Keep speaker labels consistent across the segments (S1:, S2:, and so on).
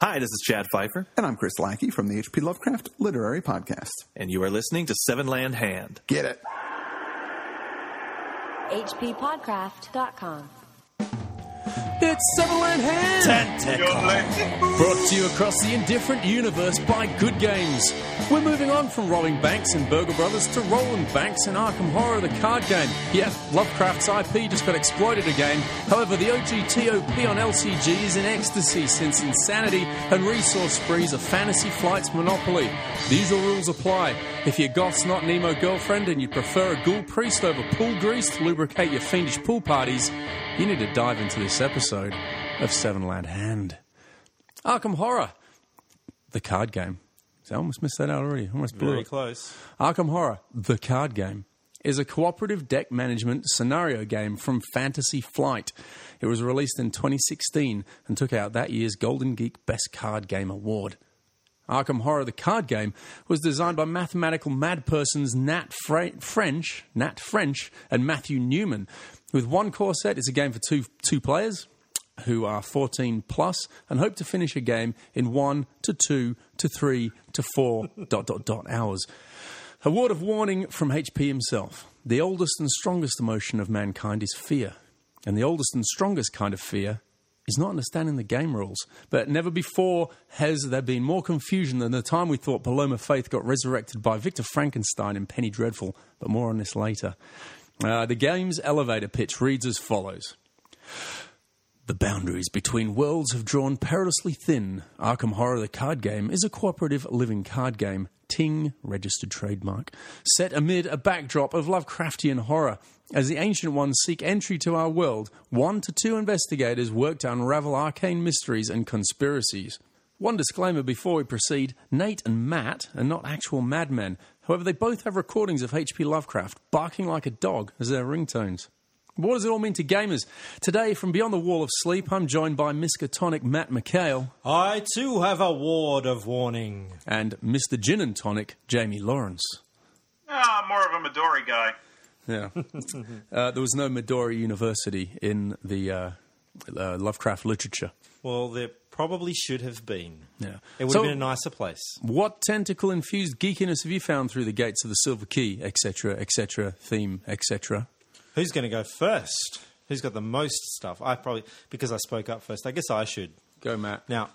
S1: Hi, this is Chad Pfeiffer,
S2: And I'm Chris Lackey from the H.P. Lovecraft Literary Podcast.
S1: and you are listening to Seven Land Hand.
S2: Get it.
S3: HPPodcraft.com.
S4: It's Sutherland Hand! Brought to you across the indifferent universe by Good Games. We're moving on from Rolling Banks and Burger Brothers to Roland Banks and Arkham Horror, the card game. Yeah, Lovecraft's IP just got exploited again. However, the OGTOP on LCG is in ecstasy since Insanity and Resource Sprees are Fantasy Flight's monopoly. The usual rules apply. If you're goth's not an emo girlfriend and you prefer a ghoul priest over pool grease to lubricate your fiendish pool parties, you need to dive into this episode of Seven Land Hand. Arkham Horror, the card game. See, I almost missed that out already. I almost blew it.
S1: close.
S4: Arkham Horror, the card game, is a cooperative deck management scenario game from Fantasy Flight. It was released in 2016 and took out that year's Golden Geek Best Card Game Award. Arkham Horror, the card game, was designed by mathematical mad persons Nat Fra- French, Nat French, and Matthew Newman. With one core set, it's a game for two two players who are 14 plus and hope to finish a game in one to two to three to four dot dot dot hours. A word of warning from HP himself. The oldest and strongest emotion of mankind is fear. And the oldest and strongest kind of fear is not understanding the game rules. But never before has there been more confusion than the time we thought Paloma Faith got resurrected by Victor Frankenstein in Penny Dreadful. But more on this later. Uh, the game's elevator pitch reads as follows. The boundaries between worlds have drawn perilously thin. Arkham Horror the Card Game is a cooperative living card game, Ting registered trademark, set amid a backdrop of Lovecraftian horror. As the Ancient Ones seek entry to our world, one to two investigators work to unravel arcane mysteries and conspiracies. One disclaimer before we proceed Nate and Matt are not actual madmen. However, they both have recordings of H.P. Lovecraft barking like a dog as their ringtones. What does it all mean to gamers? Today, from beyond the wall of sleep, I'm joined by Miskatonic Matt McHale
S5: I too have a ward of warning.
S4: and Mr. Gin and Tonic Jamie Lawrence.
S6: Ah, I'm more of a Midori guy.
S4: Yeah, uh, there was no Midori University in the uh, uh, Lovecraft literature.
S5: Well, there probably should have been.
S4: Yeah.
S5: It would
S4: So-
S5: have been a nicer place.
S4: What tentacle infused geekiness have you found through the gates of the Silver Key, etc., etc., theme, etc.?
S5: Who's going to go first? Who's got the most stuff? I probably, because I spoke up first, I guess I should.
S4: Go, Matt.
S5: Now,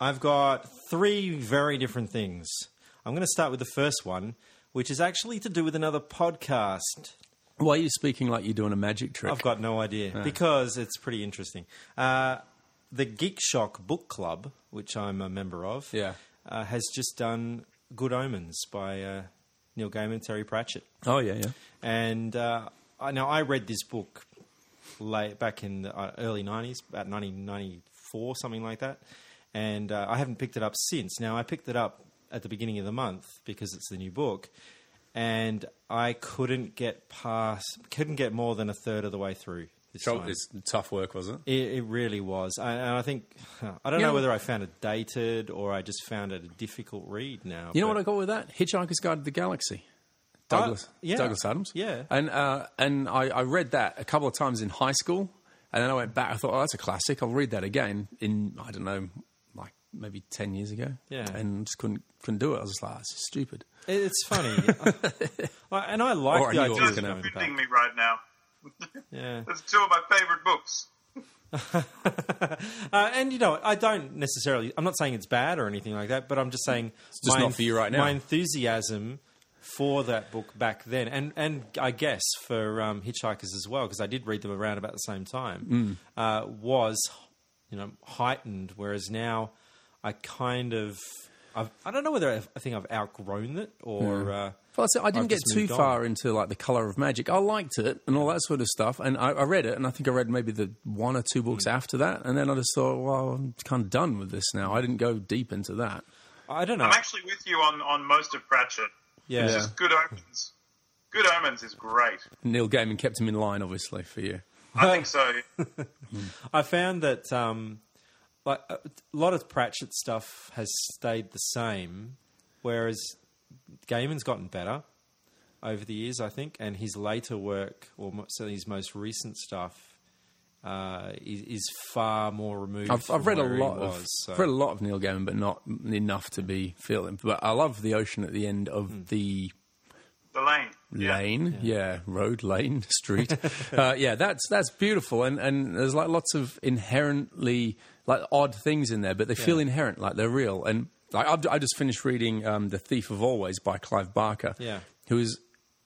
S5: I've got three very different things. I'm going to start with the first one, which is actually to do with another podcast.
S4: Why are you speaking like you're doing a magic trick?
S5: I've got no idea because it's pretty interesting. Uh, the Geek Shock Book Club, which I'm a member of,
S4: Yeah.
S5: uh, has just done Good Omens by uh, Neil Gaiman and Terry Pratchett.
S4: oh, yeah, yeah.
S5: And uh, I, now I read this book late back in the uh, early '90s, about 1994, something like that. And uh, I haven't picked it up since. Now I picked it up at the beginning of the month because it's the new book, and I couldn't get past, couldn't get more than a third of the way through. This time.
S4: tough work, was it?
S5: It, it really was. I, and I think, I don't
S4: You
S5: know,
S4: know-
S5: whether I found it dated or I just found it a difficult read now.
S4: You know
S5: but-
S4: what I got with that? Hitchhiker's Guide to the Galaxy. Douglas,
S5: yeah.
S4: Douglas Adams.
S5: Yeah.
S4: and uh, and I, I read that a couple of times in high school, and then I went back. I thought, oh, that's a classic. I'll read that again in I don't know, like maybe ten years ago.
S5: Yeah.
S4: and just couldn't couldn't do it. I was just like, this is stupid.
S5: It- It's funny. I, and I like
S4: Or I
S5: the
S4: knew it
S5: idea
S4: was
S5: of
S4: gonna
S5: going
S4: happen.
S5: back.
S6: Offending me right now.
S5: Yeah.
S6: That's two of my favorite books.
S5: Uh, and, you know, I don't necessarily, I'm not saying it's bad or anything like that, but I'm just saying
S4: Mm. just not for you right now.
S5: my enthusiasm for that book back then, and, and I guess for um, Hitchhikers as well, because I did read them around about the same
S4: Mm.
S5: time, uh, was, you know, heightened, whereas now I kind of, I've, I don't know whether I've, I think I've outgrown it or... Uh,
S4: Well, that's it. I didn't
S5: I've
S4: get
S5: just
S4: too
S5: moved on.
S4: far into like the color of magic. I liked it and all that sort of stuff, and I, I read it, and I think I read maybe the one or two
S5: Hmm.
S4: books after that, and then I just thought, well, I'm kind of done with this now. I didn't go deep into that.
S5: I don't know.
S6: I'm actually with you on, on most of Pratchett.
S5: yeah.
S6: Good Omens. Good Omens is great.
S4: Neil Gaiman kept him in line, obviously, for you.
S6: I think so.
S5: I found that um, like a a lot of Pratchett stuff has stayed the same, whereas Gaiman's gotten better over the years, I think, and his later work, or mo- certainly his most recent stuff, uh, is, is far more removed.
S4: I've,
S5: from
S4: I've read a
S5: where he
S4: lot
S5: was,
S4: of
S5: so-
S4: I've read a lot of Neil Gaiman, but not enough to be feeling. But I love the ocean at the end of
S5: Hmm.
S4: the
S6: The lane. Yeah.
S4: lane, yeah. road, lane, street. uh, yeah, that's that's beautiful, and and there's like lots of inherently like odd things in there, but they feel inherent, like they're real. And like I've, I just finished reading um, "The Thief of Always" by Clive Barker,
S5: Yeah.
S4: whose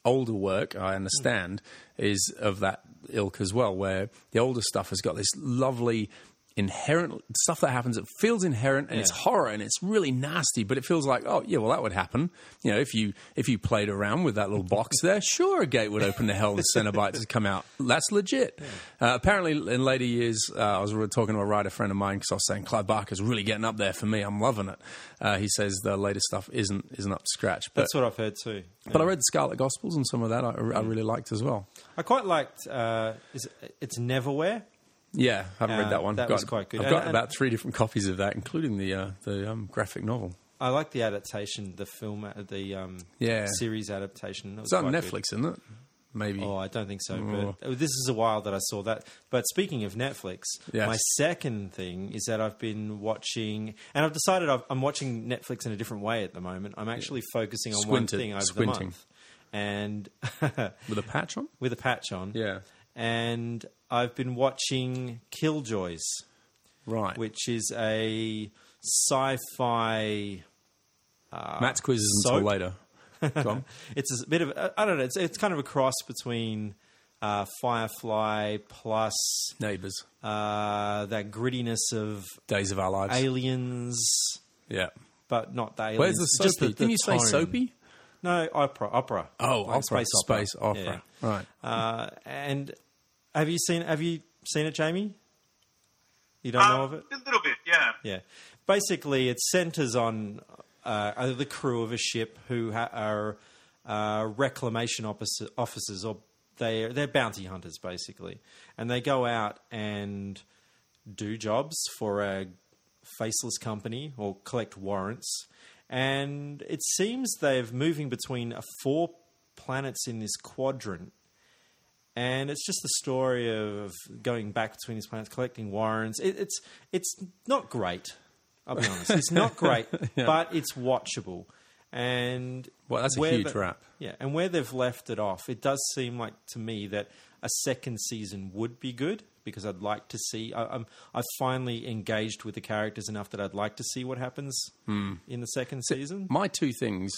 S4: older work I understand is of that ilk as well, where the older stuff has got this lovely. Inherent stuff that happens, it feels inherent and it's
S5: Yeah.
S4: horror and it's really nasty, but it feels like, oh yeah, well that would happen. You know, if you if you played around with that little box there, sure, a gate would open to hell and Cenobites would come out. That's legit. Uh, apparently, in later years, uh, I was really talking to a writer friend of mine because I was saying Clive Barker's really getting up there for me. I'm loving it. Uh, he says the later stuff isn't isn't up to scratch, but
S5: That's what I've heard too.
S4: but I read the Scarlet Gospels and some of that I, I
S5: Mm.
S4: really liked as well.
S5: I quite liked. Uh, is it, it's Neverwhere.
S4: Yeah, I haven't
S5: Uh,
S4: read that one.
S5: that
S4: Got-
S5: was quite good.
S4: I've
S5: And-
S4: got
S5: and-
S4: about three different copies of that, including the uh, the um, graphic novel.
S5: I like the adaptation, the film, uh, the um,
S4: Yeah.
S5: series adaptation. It
S4: It's
S5: was
S4: on
S5: quite good.
S4: Netflix, isn't it? Maybe.
S5: Oh, I don't think so. But oh, this is a while that I saw that. But speaking of Netflix,
S4: Yes.
S5: my second thing is that I've been watching, and I've decided I've, I'm watching Netflix in a different way at the moment. I'm actually focusing on
S4: Squinted-
S5: one thing over
S4: squinting.
S5: the month, and
S4: With a patch on?
S5: with a patch on.
S4: Yeah.
S5: and I've been watching Killjoys,
S4: Right.
S5: which is a sci-fi.
S4: Matt's quiz isn't until
S5: uh, soap?
S4: later. Go on.
S5: It's a bit of I don't know. It's it's kind of a cross between uh, Firefly plus
S4: Neighbours.
S5: uh, that grittiness of
S4: Days of Our Lives.
S5: aliens,
S4: yeah.
S5: but not the aliens.
S4: Where's the soapy?
S5: just the- the
S4: Didn't you say
S5: tone.
S4: soapy?
S5: No, opera, opera.
S4: Oh,
S5: Like
S4: opera, space opera. Right.
S5: Uh, and have you seen? Have you seen it, Jamie? You don't
S6: Um,
S5: know of it?
S6: A little bit, yeah.
S5: Yeah. Basically, it centers on uh, the crew of a ship who ha- are uh, reclamation officer- officers, or they they're bounty hunters basically, and they go out and do jobs for a faceless company or collect warrants. And it seems they're moving between uh, four planets in this quadrant and it's just the story of going back between these planets, collecting warrants. It, it's it's not great. I'll be honest, it's not great, but it's watchable. And
S4: Well, that's a
S5: where
S4: huge
S5: the-
S4: wrap.
S5: Yeah, and where they've left it off, it does seem like to me that a second season would be good because I'd like to see. I, I'm I've finally engaged with the characters enough that I'd like to see what happens
S4: Hmm.
S5: in the second season.
S4: My two things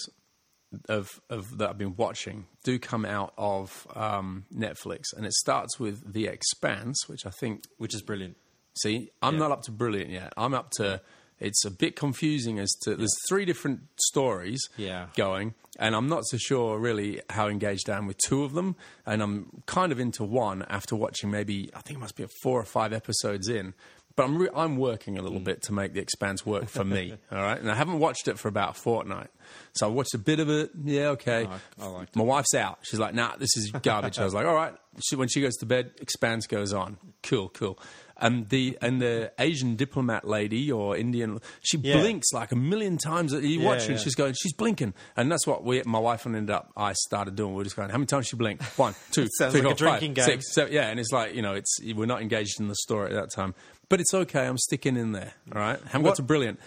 S4: of of that I've been watching do come out of um, Netflix, and it starts with The Expanse, which I think
S5: Which is brilliant.
S4: See, I'm not up to brilliant yet. I'm up to it's a bit confusing as to there's three different stories
S5: Yeah.
S4: going, and I'm not so sure really how engaged I am with two of them, and I'm kind of into one after watching maybe I think it must be four or five episodes in. But I'm re- I'm working a little
S5: Mm.
S4: bit to make the Expanse work for me, all right. And I haven't watched it for about a fortnight, so I watched a bit of it. Yeah, okay.
S5: Oh, I- I liked
S4: My wife's out. She's like, "Nah, this is garbage." I was like, "All right." She, when she goes to bed, Expanse goes on. Cool, cool. And the and the Asian diplomat lady or Indian, she
S5: Yeah.
S4: blinks like a million times. You watch her, and
S5: yeah.
S4: she's going, she's blinking, and that's what we, my wife and I ended up. I started doing. We are just going, how many times she blinked? One, two,
S5: Sounds
S4: three,
S5: like a
S4: four, five,
S5: drinking game.
S4: six, seven. Yeah, and it's like you know, it's we're not engaged in the story at that time, but it's okay. I'm sticking in there. All right, haven't got
S5: What-
S4: to brilliant.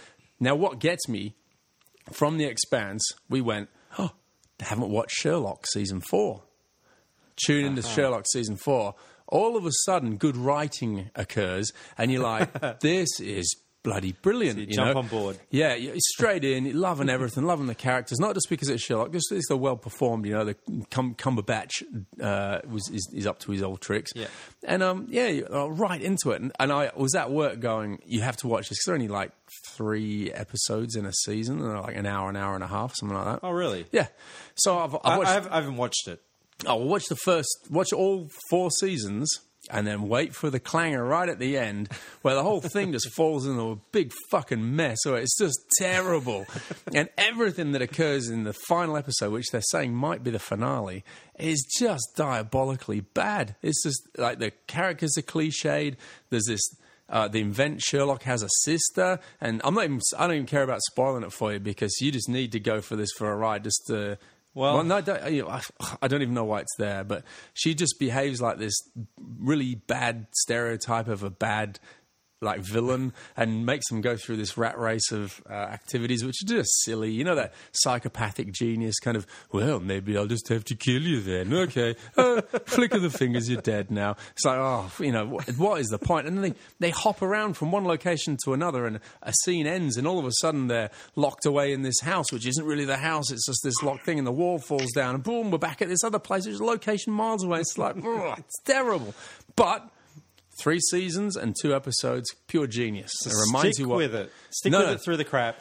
S4: Now, what gets me from the expanse, we went, oh, they haven't watched Sherlock season four. Tune into
S5: Uh-huh.
S4: Sherlock season four. All of a sudden, good writing occurs, and you're like, this is bloody brilliant. you
S5: jump
S4: know?
S5: on board.
S4: Yeah, you- it's straight in, loving everything, loving the characters, not just because it's Sherlock, just it's the well performed, you know, the Cum- Cumberbatch uh, was, is, is up to his old tricks.
S5: Yeah.
S4: And um, yeah, you- uh, right into it. And, and I was at work going, you have to watch this 'cause there are only like three episodes in a season, and they're like an hour, an hour and a half, something like that.
S5: Oh, really?
S4: Yeah. So I've,
S5: I,
S4: I've watched,
S5: I, have, I haven't watched it.
S4: I'll Oh, watch the first, watch all four seasons, and then wait for the clanger right at the end, where the whole thing just falls into a big fucking mess. Or it's just terrible, and everything that occurs in the final episode, which they're saying might be the finale, is just diabolically bad. It's just like the characters are cliched. There's this uh, the invent Sherlock has a sister, and I'm not even, I don't even care about spoiling it for you because you just need to go for this for a ride just to
S5: Well-
S4: no, I don't, you know, I, I don't even know why it's there, but she just behaves like this really bad stereotype of a bad like villain and makes them go through this rat race of uh, activities which are just silly you know that psychopathic genius kind of well maybe i'll just have to kill you then okay uh, flick of the fingers you're dead now it's like oh you know what, what is the point and then they, they hop around from one location to another and a scene ends and all of a sudden they're locked away in this house which isn't really the house it's just this locked thing and the wall falls down and boom we're back at this other place which is a location miles away it's like oh, it's terrible but Three seasons and two episodes, pure genius. it reminds
S5: Stick
S4: you what.
S5: with it. Stick
S4: No,
S5: with
S4: no.
S5: it through the crap.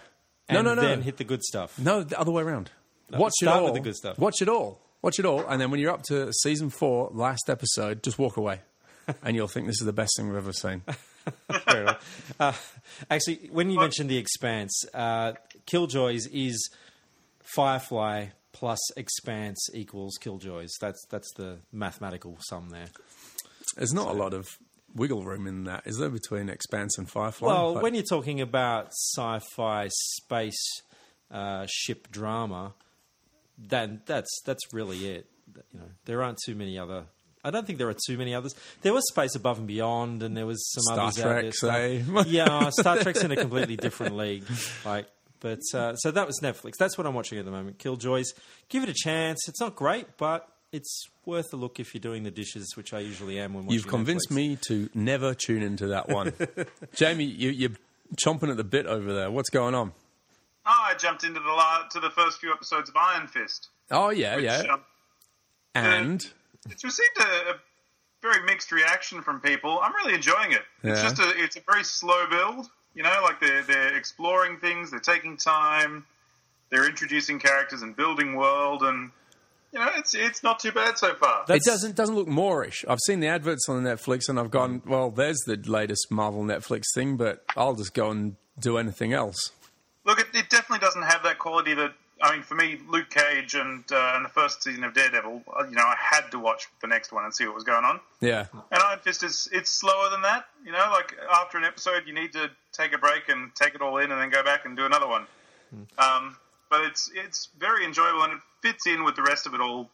S4: No,
S5: And
S4: no, no.
S5: Then hit the good stuff.
S4: No, the other way around. Watch it
S5: start
S4: all.
S5: with the good stuff.
S4: Watch it all. Watch it all, and then when you're up to season four, last episode, just walk away, and you'll think this is the best thing we've ever seen.
S5: Fair enough. Uh, actually, when you mentioned The Expanse, uh, Killjoys is Firefly plus Expanse equals Killjoys. That's that's the mathematical sum there.
S4: There's not a lot of wiggle room in that, is there? Between Expanse and Firefly.
S5: Well,
S4: Like-
S5: when you're talking about sci-fi space uh, ship drama, then that's that's really it. You know, there aren't too many other. I don't think there are too many others. There was Space Above and Beyond, and there was some
S4: Star
S5: others
S4: Trek,
S5: out there.
S4: say.
S5: yeah, Star Trek's in a completely different league. Like, but uh, so that was Netflix. That's what I'm watching at the moment. Killjoys. Give it a chance. It's not great, but it's worth a look if you're doing the dishes, which I usually am when watching.
S4: You've convinced
S5: Netflix.
S4: me to never tune into that one, Jamie. You, you're chomping at the bit over there. What's going on?
S6: Oh, I jumped into the la- to the first few episodes of Iron Fist.
S4: Oh yeah,
S6: Which,
S4: yeah.
S6: um,
S4: and
S6: it's received a, a very mixed reaction from people. I'm really enjoying it. It's
S4: Yeah.
S6: just a it's a very slow build. You know, like they're they're exploring things, they're taking time, they're introducing characters and building world, and you know, it's it's not too bad so far.
S4: it doesn't doesn't look Moorish. I've seen the adverts on Netflix, and I've gone, well, there's the latest Marvel Netflix thing, but I'll just go and do anything else.
S6: Look, it, it definitely doesn't have that quality that I mean, for me, Luke Cage and uh, and the first season of Daredevil. uh, You know, I had to watch the next one and see what was going on.
S4: Yeah,
S6: And Iron Fist is it's slower than that. You know, like after an episode, you need to take a break and take it all in, and then go back and do another one.
S4: Hmm.
S6: Um, but it's it's very enjoyable and it fits in with the rest of it all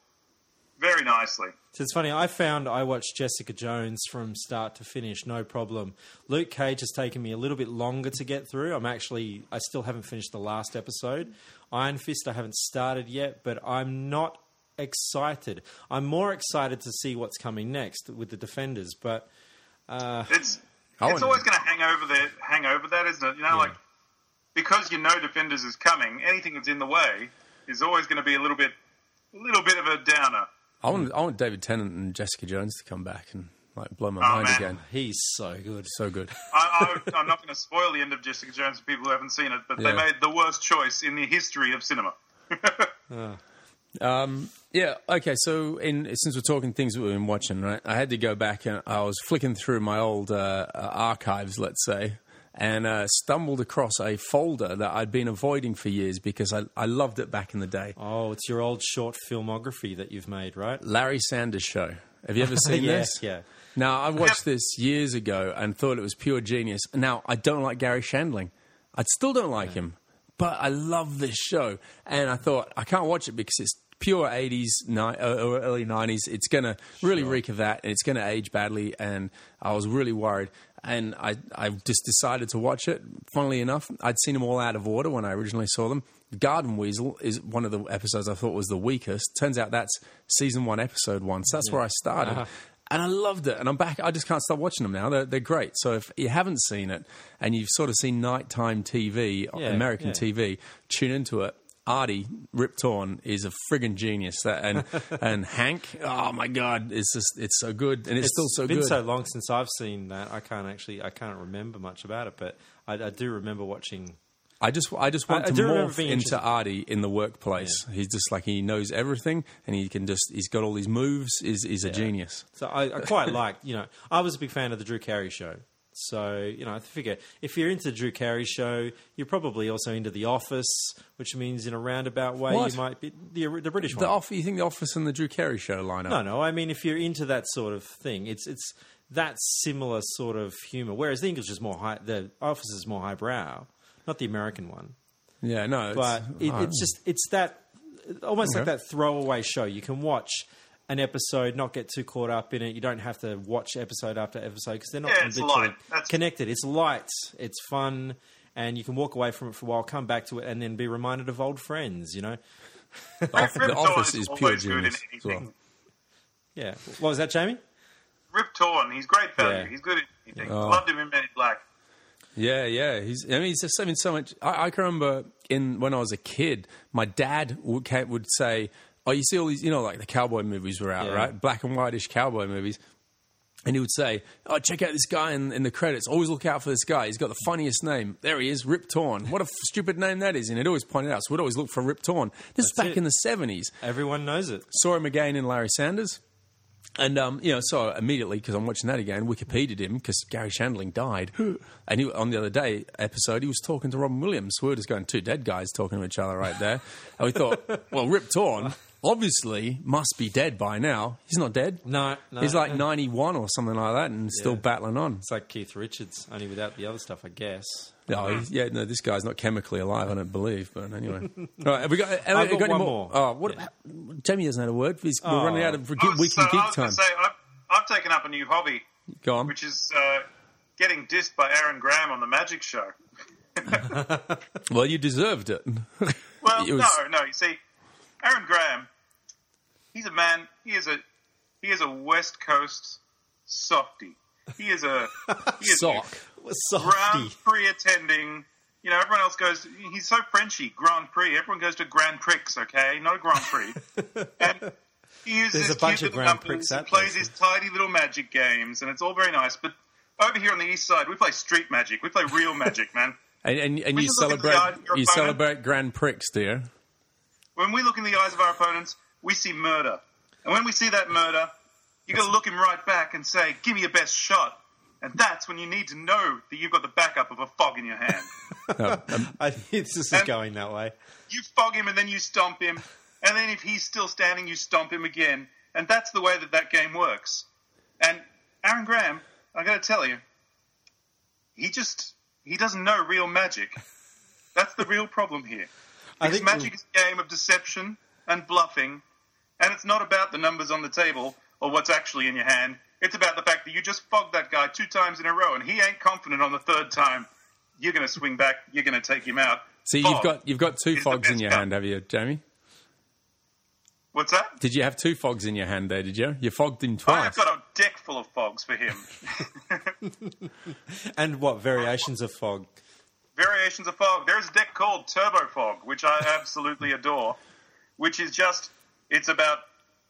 S6: very nicely.
S5: So it's funny. I found I watched Jessica Jones from start to finish, no problem. Luke Cage has taken me a little bit longer to get through. I'm actually, I still haven't finished the last episode. Iron Fist, I haven't started yet, but I'm not excited. I'm more excited to see what's coming next with the Defenders, but
S6: It's
S4: I
S6: it's
S4: wouldn't-
S6: always going to hang over the hang over that, isn't it? You know, like because you know Defenders is coming, anything that's in the way is always going to be a little bit a little bit of a downer.
S4: I want I want David Tennant and Jessica Jones to come back and like blow my
S6: Oh,
S4: mind
S6: man.
S4: again.
S5: he's so good.
S4: So good.
S6: I, I, I'm not going to spoil the end of Jessica Jones for people who haven't seen it, but
S4: Yeah.
S6: they made the worst choice in the history of cinema.
S4: Yeah. Okay. So, in since we're talking things that we've been watching, right? I had to go back and I was flicking through my old uh, uh, archives, let's say, and uh, stumbled across a folder that I'd been avoiding for years because I, I loved it back in the day.
S5: Oh, it's your old short filmography that you've made, right?
S4: Larry Sanders Show. Have you ever seen
S5: Yeah,
S4: this?
S5: yeah.
S4: Now I watched this years ago and thought it was pure genius. Now I don't like Gary Shandling. I still don't like him, but I love this show, and I thought I can't watch it because it's pure 80s ni- uh, or early 90s it's going to really reek of that and it's going to age badly and i was really worried and I, I just decided to watch it funnily enough i'd seen them all out of order when i originally saw them garden weasel is one of the episodes i thought was the weakest turns out that's season one episode one so that's where i started and I loved it. And I'm back. I just can't stop watching them now. They're, they're great. So if you haven't seen it and you've sort of seen nighttime TV,
S5: Yeah,
S4: American
S5: yeah.
S4: TV, tune into it. Artie Rip Torn is a friggin' genius, That- and and Hank, oh my god, it's just it's so good, and it's, still so
S5: been
S4: good.
S5: so long since I've seen that. I can't actually, I can't remember much about it, but I, I do remember watching
S4: I just I just want
S5: I- I
S4: to
S5: do remember
S4: morph
S5: being
S4: into
S5: interested-
S4: Artie in the workplace. He's just like he knows everything, and he can just he's got all these moves. Is is a genius.
S5: So I, I quite liked, you know, I was a big fan of the Drew Carey show. So, you know, I figure if you're into the Drew Carey show, you're probably also into The Office, which means in a roundabout way
S4: What?
S5: you might be the, the British
S4: The
S5: one.
S4: off, you think the Office and the Drew Carey show line up?
S5: no, no, I mean if you're into that sort of thing, it's it's that similar sort of humor. Whereas the English is more high, the Office is more highbrow, not the American one.
S4: yeah, no,
S5: But it,
S4: oh.
S5: it's just it's that almost like
S4: Okay.
S5: that throwaway show. You can watch an episode, not get too caught up in it. You don't have to watch episode after episode because they're not
S6: Yeah, it's
S5: literally
S6: light. That's-
S5: connected. It's light, it's fun, and you can walk away from it for a while, come back to it, and then be reminded of old friends. You know,
S4: Off- the
S6: Rip Torn
S4: office
S6: is
S4: is pure
S6: always good in
S4: genius. As well.
S6: anything.
S5: yeah. What was that, Jamie?
S6: Rip Torn, he's great value.
S5: Yeah.
S6: He's good at anything. Loved him in Men in Black.
S4: Yeah, yeah. He's. I mean, he's just. I mean, so much. I, I can remember in when I was a kid, my dad would ca- would say, "Oh, you see all these, you know, like the cowboy movies were out,
S5: Yeah.
S4: right? Black and whitish cowboy movies." And he would say, "Oh, check out this guy in, in the credits. Always look out for this guy. He's got the funniest name. There he is, Rip Torn. What a f- stupid name that is!" And he'd always point it out. So we'd always look for Rip Torn. This was
S5: That's
S4: back
S5: it.
S4: in the seventies
S5: Everyone knows it.
S4: saw him again in Larry Sanders. And, um, you know, so immediately, because I'm watching that again, Wikipedia'd him because Gary Shandling died. And he, on the other day episode, he was talking to Robin Williams. We were just going, two dead guys talking to each other right there. and we thought, well, Rip Torn obviously must be dead by now. He's not dead.
S5: No, no,
S4: He's like
S5: no.
S4: 91 or something like that and still
S5: Yeah.
S4: battling on.
S5: It's like Keith Richards, only without the other stuff, I guess.
S4: No, Oh, he's- yeah, no, this guy's not chemically alive, I don't believe. But anyway, all right, have we got, have
S5: I've
S4: we
S5: got
S4: any
S5: one
S4: more.
S5: more.
S4: Oh, what? Jamie hasn't had a word. He's, We're
S5: Oh.
S4: running out of
S6: I
S4: weekly
S6: was- so
S4: geek
S6: I was
S4: time.
S6: going to say, I've, I've taken up a new hobby,
S4: Go on.
S6: which is uh, getting dissed by Aaron Graham on The Magic Show.
S4: Well, you deserved it.
S6: Well,
S4: It was-
S6: no, no. You see, Aaron Graham, he's a man. He is a he is a West Coast softy. He is a he is
S4: Sock.
S6: a Grand Prix attending. You know, everyone else goes. He's so Frenchy. Grand Prix. Everyone goes to Grand Prix. Okay, not a Grand Prix. and he uses
S5: There's a
S6: his
S5: bunch
S6: cute
S5: of
S6: little
S5: Grand
S6: numbers
S5: Prix
S6: and
S5: out
S6: plays
S5: there.
S6: his tidy little magic games, and it's all very nice. But over here on the east side, we play street magic. We play real magic, man.
S4: And, and, and
S6: We
S4: you
S6: just look at the
S4: celebrate
S6: eye of your
S4: you
S6: opponent.
S4: celebrate Grand Prix, dear.
S6: when we look in the eyes of our opponents, we see murder. And when we see that murder, you got to look him right back and say, "Give me your best shot." And that's when you need to know that you've got the backup of a fog in your hand.
S5: I think this is
S6: And-
S5: going that way.
S6: you fog him, and then you stomp him, and then if he's still standing, you stomp him again. And that's the way that that game works. And Aaron Graham, I got to tell you, he just he doesn't know real magic. That's the real problem here.
S5: I
S6: Because
S5: think
S6: magic is a game of deception and bluffing, and it's not about the numbers on the table or what's actually in your hand. It's about the fact that you just fogged that guy two times in a row, and he ain't confident on the third time. You're going to swing back. You're going to take him out.
S4: See, you've
S6: Fog.
S4: got you've got two
S6: is Oh, the
S4: fogs in
S6: best
S4: your
S6: cup.
S4: hand, have you, Jamie?
S6: what's that?
S4: Did you have two fogs in your hand there? Did you? You fogged him
S6: I have
S4: twice.
S6: Oh, got a deck full of fogs for him.
S5: And what variations of fog?
S6: Variations of fog. There's a deck called Turbo Fog, which I absolutely adore, which is just it's about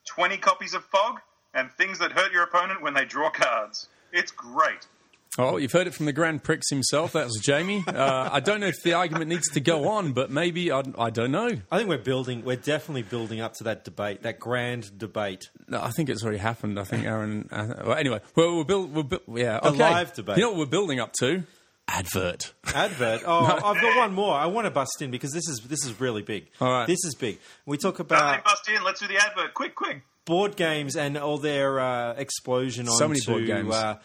S6: 20 copies of fog and things that hurt your opponent when they draw cards. It's great.
S4: Oh, you've heard it from the Grand Prix himself. That was Jamie. Uh, I don't know if the argument needs to go on, but maybe I, I don't know.
S5: I think we're building. We're definitely building up to that debate, that grand debate.
S4: No, I think it's already happened. I think Aaron. Uh, well, anyway, well, we're build. We're build yeah,
S5: A
S4: okay.
S5: live debate.
S4: You know what we're building up to? Advert.
S5: Advert. Oh, I've got one more. I want to bust in because this is this is really big.
S4: All right.
S5: this is big. We talk
S6: Somebody
S5: about
S6: bust in. Let's do the advert. Quick, quick.
S5: board games and all their uh, explosion
S4: So many
S5: onto
S4: board games.
S5: Uh,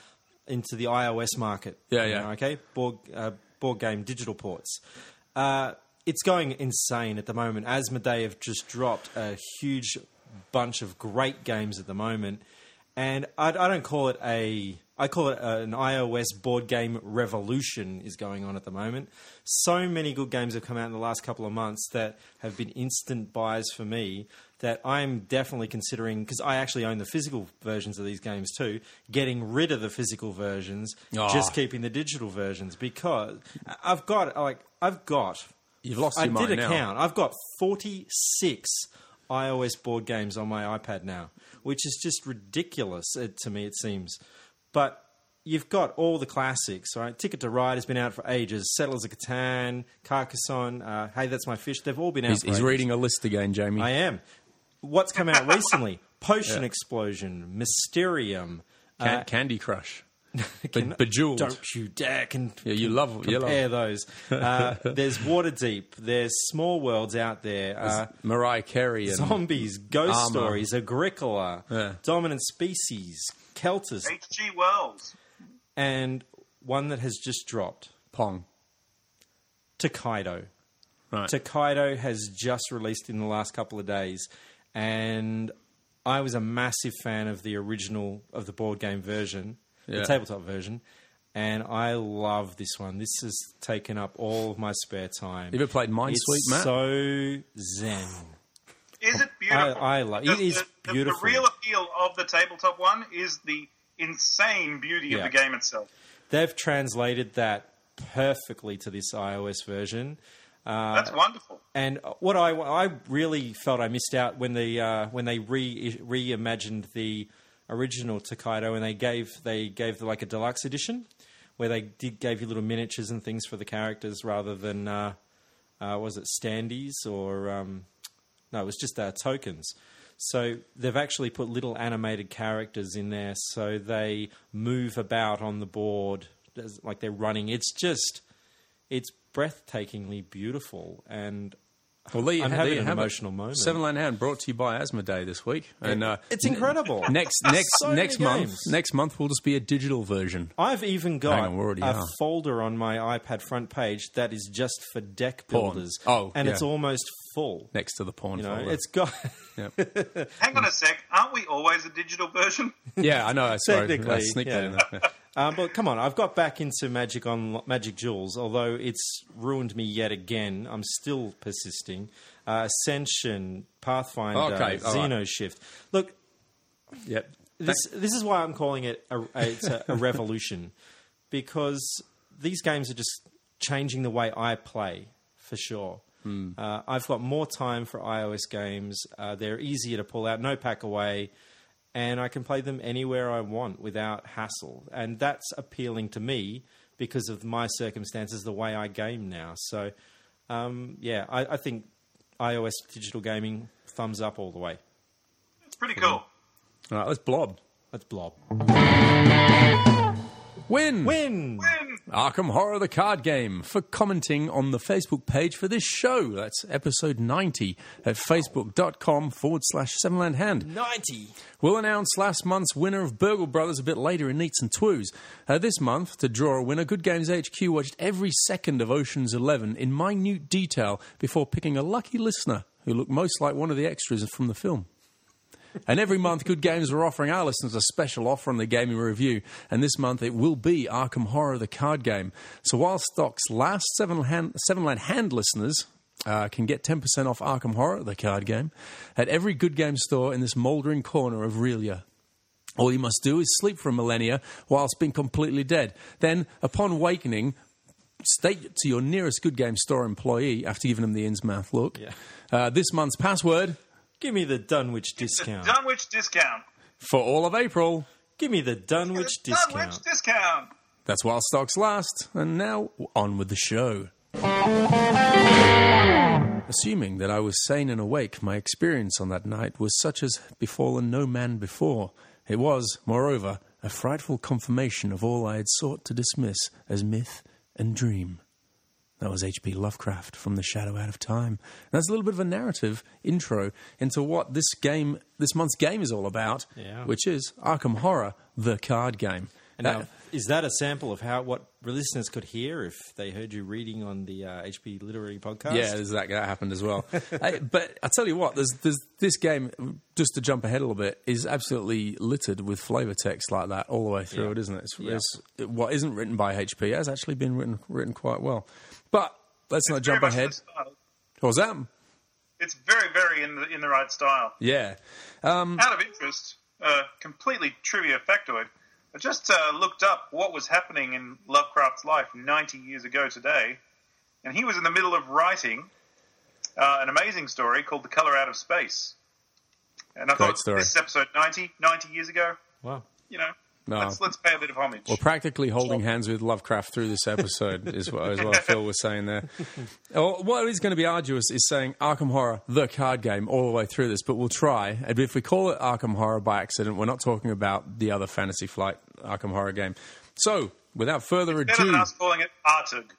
S5: into the iOS market.
S4: Yeah,
S5: You
S4: yeah.
S5: know, okay, board uh, board game digital ports. Uh, it's going insane at the moment. Asmodee have just dropped a huge bunch of great games at the moment, and I, I don't call it a. I call it an iOS board game revolution is going on at the moment. So many good games have come out in the last couple of months that have been instant buys for me that I'm definitely considering because I actually own the physical versions of these games too. Getting rid of the physical versions,
S4: Ah.
S5: just keeping the digital versions because I've got like I've got
S4: You've lost
S5: I
S4: your mind
S5: did a
S4: now.
S5: count. I've got 46 iOS board games on my iPad now, which is just ridiculous uh, to me, it seems. But you've got all the classics, right? Ticket to Ride has been out for ages. Settlers of Catan, Carcassonne, uh, Hey, That's My Fish. They've all been out
S4: He's,
S5: for
S4: he's
S5: ages.
S4: reading a list again, Jamie.
S5: I am. What's come out recently? Potion Explosion, Mysterium. uh,
S4: Can- Candy Crush.
S5: Can-
S4: Bejeweled.
S5: Don't you dare can,
S4: Yeah, you love. You love.
S5: compare those. Uh, there's Waterdeep. There's Small Worlds out there. Uh,
S4: Mariah Carey and
S5: zombies, ghost
S4: Armor.
S5: stories, Agricola,
S4: Yeah.
S5: Dominant Species, Celtus,
S6: H.G. Wells.
S5: and one that has just dropped,
S4: Pong.
S5: Takedo.
S4: Right.
S5: Takedo has just released in the last couple of days, and I was a massive fan of the original of the board game version,
S4: Yeah.
S5: the tabletop version, and I love this one. This has taken up all of my spare time.
S4: You ever played Minesweep,
S5: It's
S4: Matt?
S5: So zen.
S6: Is it beautiful?
S5: I- I love-
S6: Does
S5: it is
S6: the- the-
S5: beautiful.
S6: The real appeal of the tabletop one is the insane beauty
S5: Yeah.
S6: of the game itself.
S5: They've translated that perfectly to this iOS version. Uh,
S6: That's wonderful.
S5: And what I, I really felt I missed out when the uh, when they re reimagined the original Takedo and they gave they gave like a deluxe edition where they did gave you little miniatures and things for the characters rather than uh, uh, was it standees or um, no it was just uh, tokens. So they've actually put little animated characters in there so they move about on the board as- like they're running. It's just it's breathtakingly beautiful and
S4: Well, there you
S5: I'm
S4: ha-
S5: having
S4: there you
S5: an
S4: have it.
S5: emotional moment.
S4: Seven Lane Hound brought to you by Asthma Day this week, and uh,
S5: It's incredible.
S4: Next, next,
S5: So many
S4: next month,
S5: games.
S4: next month will just be a digital version.
S5: I've even got
S4: Hang on, we're already
S5: a
S4: are.
S5: folder on my iPad front page that is just for deck
S4: Porn.
S5: builders.
S4: Oh,
S5: and
S4: yeah.
S5: it's almost full.
S4: Next to the porn
S5: You know,
S4: folder.
S5: it's got
S4: Yep.
S6: Hang
S5: hmm.
S6: on a sec. Aren't we always a digital version?
S4: yeah, I know. Sorry, I
S5: Technically,
S4: sneaked that
S5: yeah.
S4: in there. Yeah.
S5: Um, but come on, I've got back into Magic on Magic Jewels, although it's ruined me yet again. I'm still persisting. Uh, Ascension, Pathfinder,
S4: Okay, all right.
S5: Xeno Shift. Look,
S4: Yep.
S5: this this is why I'm calling it a, a- it's a, a revolution because these games are just changing the way I play for sure. Uh, I've got more time for iOS games. Uh, they're easier to pull out, no pack away, and I can play them anywhere I want without hassle. And that's appealing to me because of my circumstances, the way I game now. So, um, yeah, I, I think iOS digital gaming thumbs up all the way.
S6: It's pretty cool.
S4: All right, let's blob.
S5: Let's blob.
S4: Win.
S5: Win!
S4: Arkham Horror the Card Game for commenting on the Facebook page for this show. That's episode 90 at facebook.com forward slash Sevenland Hand.
S5: 90.
S4: We'll announce last month's winner of Burgle Brothers a bit later in Neats and Twos. Uh, this month, to draw a winner, Good Games HQ watched every second of Ocean's Eleven in minute detail before picking a lucky listener who looked most like one of the extras from the film. And every month, Good Games are offering our listeners a special offer on the gaming review. And this month, it will be Arkham Horror the Card Game. So while Stock's last Seven Hand, Seven Land Hand listeners uh, can get 10% off Arkham Horror the Card Game at every Good Game store in this mouldering corner of Relia. All you must do is sleep for a millennia whilst being completely dead. Then, upon awakening, state to your nearest Good Game store employee after giving them the in's mouth look.
S5: Yeah.
S4: Uh, this month's password
S5: Give me the Dunwich discount.
S6: Dunwich discount.
S4: for all of April.
S5: Give me the Dunwich
S6: The Dunwich
S5: discount.
S6: discount.
S4: That's while stocks last. And now on with the show. Assuming that I was sane and awake, my experience on that night was such as had befallen no man before. It was, moreover, a frightful confirmation of all I had sought to dismiss as myth and dream. That was H.P. Lovecraft from The Shadow Out of Time. And that's a little bit of a narrative intro into what this game, this month's game, is all about,
S5: Yeah.
S4: which is Arkham Horror: The Card Game.
S5: And now,
S4: Uh,
S5: is that a sample of how what listeners could hear if they heard you reading on the uh, HP Literary Podcast?
S4: Yeah, there's that that happened as well. I, but I tell you what, there's, there's this game. Just to jump ahead a little bit, is absolutely littered with flavor text like that all the way through
S5: Yeah.
S4: it, isn't it? It's, it's- it- what isn't written by HP has actually been written written quite well. But let's not jump
S6: Very much in
S4: ahead.
S6: the style.
S4: What was that?
S6: It's very, very in the in the right style.
S4: Yeah,
S6: Out of interest, uh, completely trivia factoid. I just uh, looked up what was happening in Lovecraft's life 90 years ago today, and he was in the middle of writing uh, an amazing story called "The Color Out of Space." And I
S4: Great
S6: thought
S4: story.
S6: this is episode 90, 90 years ago.
S5: Wow.
S6: You know,
S4: No.
S6: let's let's pay a bit of homage.
S4: We're practically holding hands with Lovecraft through this episode, is what, is what Phil was saying there. Oh, What is going to be arduous is saying Arkham Horror, the card game, all the way through this, but we'll try. And if we call it Arkham Horror by accident, we're not talking about the other Fantasy Flight Arkham Horror game. So, without further
S6: Better
S4: ado,
S6: than us calling it Artug.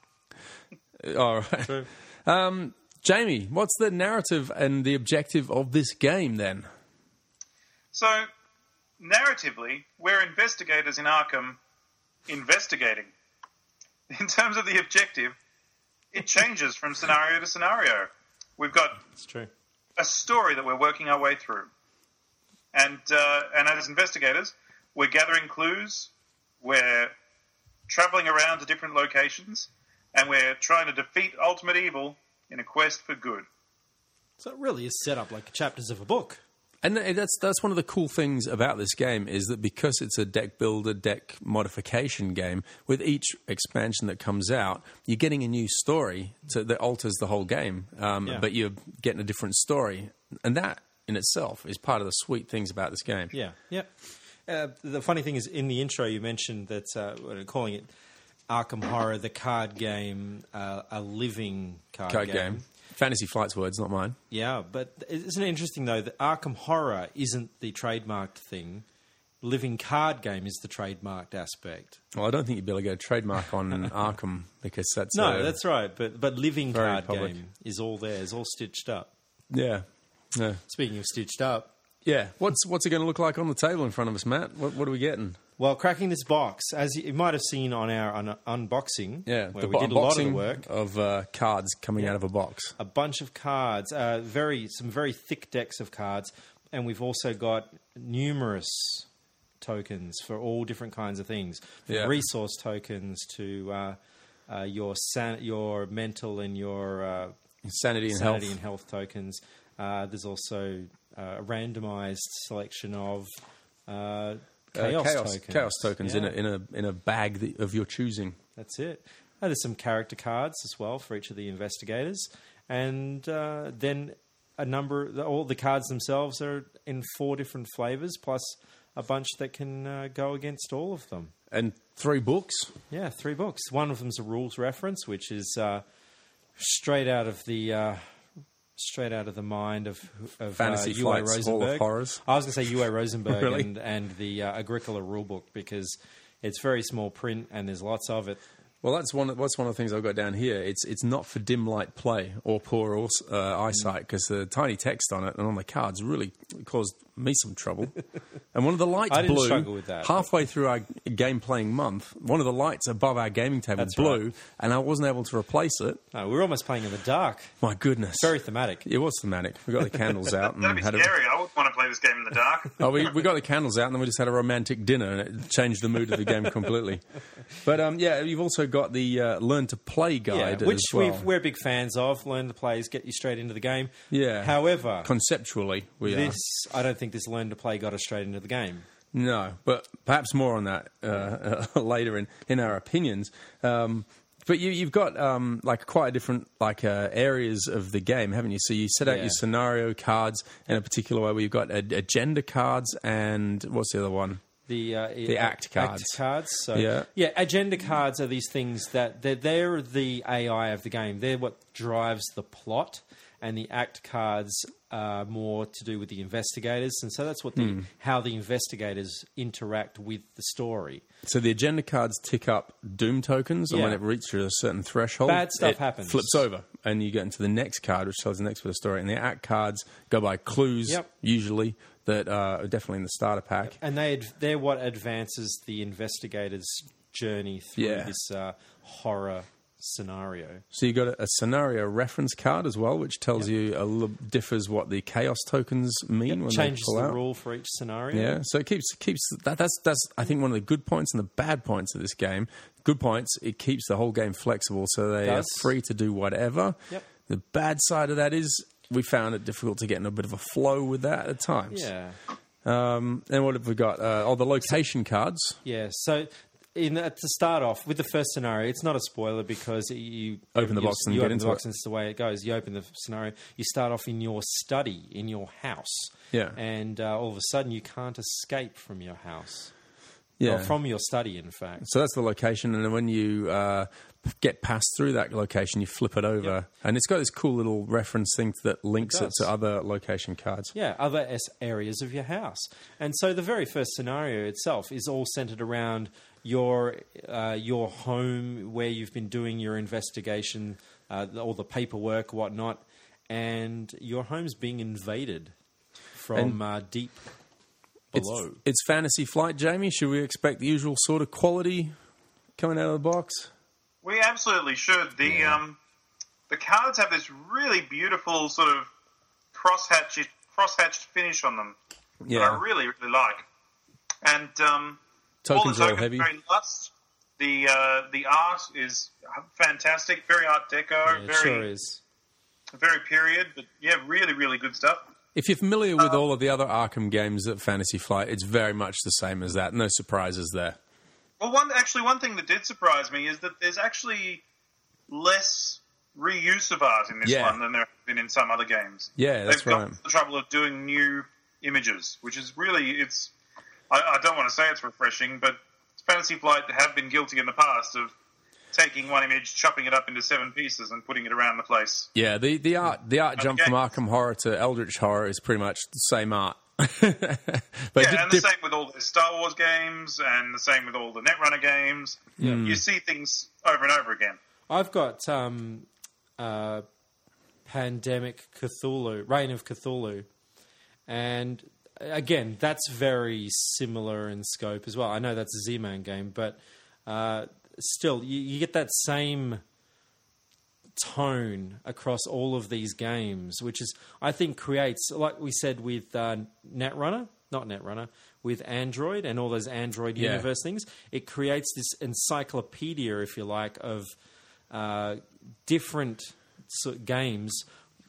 S4: all right. Um, Jamie, what's the narrative and the objective of this game then?
S6: So, narratively, we're investigators in Arkham investigating. In terms of the objective, it changes from scenario to scenario. We've got
S5: It's true.
S6: a story that we're working our way through, and uh, and as investigators, we're gathering clues, we're traveling around to different locations, and we're trying to defeat ultimate evil in a quest for good.
S5: So it really is set up like chapters of a book.
S4: And th- that's that's one of the cool things about this game is that because it's a deck builder, deck modification game, with each expansion that comes out, you're getting a new story to, that alters the whole game. Um,
S5: Yeah.
S4: But you're getting a different story, and that in itself is part of the sweet things about this game.
S5: Yeah, yeah. Uh, the funny thing is, in the intro, you mentioned that uh, we're calling it Arkham Horror, the card game, uh, a living card,
S4: Card game. Fantasy Flight's words, not mine.
S5: Yeah, but isn't it interesting though that Arkham Horror isn't the trademarked thing? Living card game is the trademarked aspect.
S4: Well, I don't think you'd be able to get a trademark on Arkham because that's
S5: No,
S4: uh,
S5: that's right. But but living
S4: Very
S5: card
S4: public.
S5: game is all there. It's all stitched up.
S4: yeah, yeah,
S5: Speaking of stitched up,
S4: yeah. What's what's it going to look like on the table in front of us, Matt? What, what are we getting?
S5: Well, cracking this box, as you might have seen on our un- unboxing,
S4: Yeah,
S5: where we did a lot of the work,
S4: of uh, cards coming out of a box.
S5: a bunch of cards, uh, very some very thick decks of cards, and we've also got numerous tokens for all different kinds of things, from
S4: Yeah.
S5: resource tokens to uh, uh, your san- your mental and your uh,
S4: Sanity and
S5: sanity
S4: health.
S5: and health tokens. Uh, there's also uh, a randomized selection of uh,
S4: Uh,
S5: chaos, tokens.
S4: chaos tokens
S5: Yeah.
S4: in a in a in a bag that, of your choosing.
S5: That's it. Uh, there's some character cards as well for each of the investigators, and uh, then a number. the- All the cards themselves are in four different flavors, plus a bunch that can uh, go against all of them.
S4: And three books.
S5: Yeah, three books. One of them's a rules reference, which is uh, straight out of the. Uh, Straight out of the mind of, of
S4: Fantasy
S5: uh, U.A.
S4: Flight's Hall of
S5: Rosenberg.
S4: Horrors.
S5: I was going to say U.A. Rosenberg
S4: Really?
S5: and, and the uh, Agricola rulebook because it's very small print and there's lots of it.
S4: Well, that's one. That's one of the things I've got down here. It's it's not for dim light play or poor or, uh, eyesight
S5: Mm.
S4: because the tiny text on it and on the cards really caused me some trouble. and one of the lights
S5: I didn't
S4: blew
S5: struggle with that.
S4: halfway through our game playing month. One of the lights above our gaming table
S5: That's
S4: blew,
S5: right.
S4: and I wasn't able to replace it.
S5: No, we were almost playing in the dark.
S4: My goodness,
S5: Very thematic.
S4: It was thematic. We got the candles out and
S6: That'd be
S4: had a,
S6: scary. I wouldn't want to play this game in the dark.
S4: oh, we, we got the candles out and then we just had a romantic dinner and it changed the mood of the game completely. But um, yeah, you've also got the uh, learn to play
S5: Yeah,
S4: guide,
S5: which
S4: as well.
S5: we've, we're big fans of. Learn to plays, get you straight into the game.
S4: yeah.
S5: However,
S4: conceptually, we
S5: this
S4: are
S5: I don't think this learn to play got us straight into the game.
S4: no, but perhaps more on that uh, later in in our opinions. Um, but you, you've got um, like quite a different like uh, areas of the game, haven't you? So you set out
S5: Yeah.
S4: your scenario cards in a particular way. where You've got ag- agenda cards and what's the other one?
S5: The uh,
S4: The act cards.
S5: cards. So
S4: Yeah.
S5: yeah, agenda cards are these things that they're, they're the AI of the game. They're what drives the plot, and the act cards are more to do with the investigators, and so that's what the
S4: Hmm.
S5: how the investigators interact with the story.
S4: So the agenda cards tick up doom tokens, and
S5: Yeah.
S4: when it reaches a certain threshold,
S5: Bad stuff
S4: it
S5: happens.
S4: Flips over, and you get into the next card, which tells the next bit of story. And the act cards go by clues,
S5: Yep.
S4: usually that uh, are definitely in the starter pack.
S5: and they ad- they're what advances the investigator's journey through
S4: Yeah.
S5: this uh, horror scenario.
S4: So you got a, a scenario reference card as well, which tells you a little differs what the chaos tokens mean when
S5: Changes
S4: they pull
S5: the
S4: out.
S5: rule for each scenario.
S4: Yeah, so it keeps keeps that, that's that's I think one of the good points and the bad points of this game. Good points, it keeps the whole game flexible, so they are
S5: Does.
S4: free to do whatever.
S5: Yep.
S4: The bad side of that is we found it difficult to get in a bit of a flow with that at times.
S5: Yeah,
S4: Um, and what have we got? Uh, oh, the location cards.
S5: yeah. So. In, uh, to start off with the first scenario, it's not a spoiler because you
S4: Open the
S5: you-
S4: box and
S5: you
S4: get
S5: open
S4: into
S5: the box
S4: it.
S5: and it's the way it goes. You open the scenario, you start off in your study in your house,
S4: Yeah.
S5: and uh, all of a sudden you can't escape from your house,
S4: Yeah.
S5: or from your study, in fact.
S4: so that's the location, and then when you uh, p- get past through that location, you flip it over,
S5: Yep.
S4: and it's got this cool little reference thing that links
S5: It
S4: it,
S5: does.
S4: to other location cards.
S5: Yeah, other as areas of your house. And so the very first scenario itself is all centered around your uh, your home, where you've been doing your investigation, uh, all the paperwork, whatnot, and your home's being invaded from uh, deep
S4: It's,
S5: below.
S4: it's fantasy flight, Jamie. Should we expect the usual sort of quality coming out of the box?
S6: We absolutely should. The um, the cards have this really beautiful sort of crosshatch crosshatched finish on them that I
S4: Yeah.
S6: Uh, really really like. And um, all
S4: Tokens
S6: the
S4: are all
S6: tokens are
S4: heavy.
S6: very lush. The uh, the art is fantastic, very Art Deco,
S5: it
S6: very
S5: sure is.
S6: very period. But yeah, really really good stuff.
S4: If you're familiar
S6: Um,
S4: with all of the other Arkham games at Fantasy Flight, it's very much the same as that. No surprises there.
S6: Well, one actually one thing that did surprise me is that there's actually less reuse of art in this
S4: Yeah.
S6: one than there have been in some other games.
S4: Yeah, that's
S6: They've got
S4: right.
S6: the trouble of doing new images, which is really it's. I, I don't want to say it's refreshing, but Fantasy Flight have been guilty in the past of taking one image, chopping it up into seven pieces, and putting it around the place.
S4: Yeah, the, the art the art jump from
S6: Okay.
S4: Arkham Horror to Eldritch Horror is pretty much the same art. but
S6: Yeah, and the same with all the Star Wars games, and the same with all the Netrunner games.
S4: Hmm.
S6: You see things over and over again.
S5: I've got um, uh, Pandemic Cthulhu, Reign of Cthulhu, and uh, again, that's very similar in scope as well. I know that's a Z-Man game, but uh, still, you, you get that same tone across all of these games, which is, I think, creates, like we said with uh, Netrunner, not Netrunner, with Android and all those Android
S4: Yeah.
S5: universe things, it creates this encyclopedia, if you like, of uh, different sort of games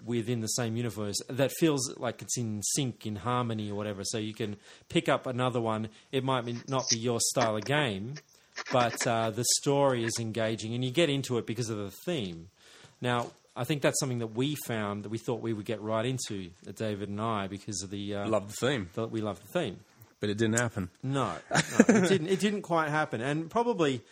S5: within the same universe that feels like it's in sync, in harmony, or whatever. So you can pick up another one. It might be, not be your style of game. But uh, the story is engaging, and you get into it because of the theme. Now, I think that's something that we found that we thought we would get right into, uh, David and I, because of the uh,
S4: love the theme,
S5: that we love the theme.
S4: but it didn't happen.
S5: No, no it didn't. It didn't quite happen, and probably.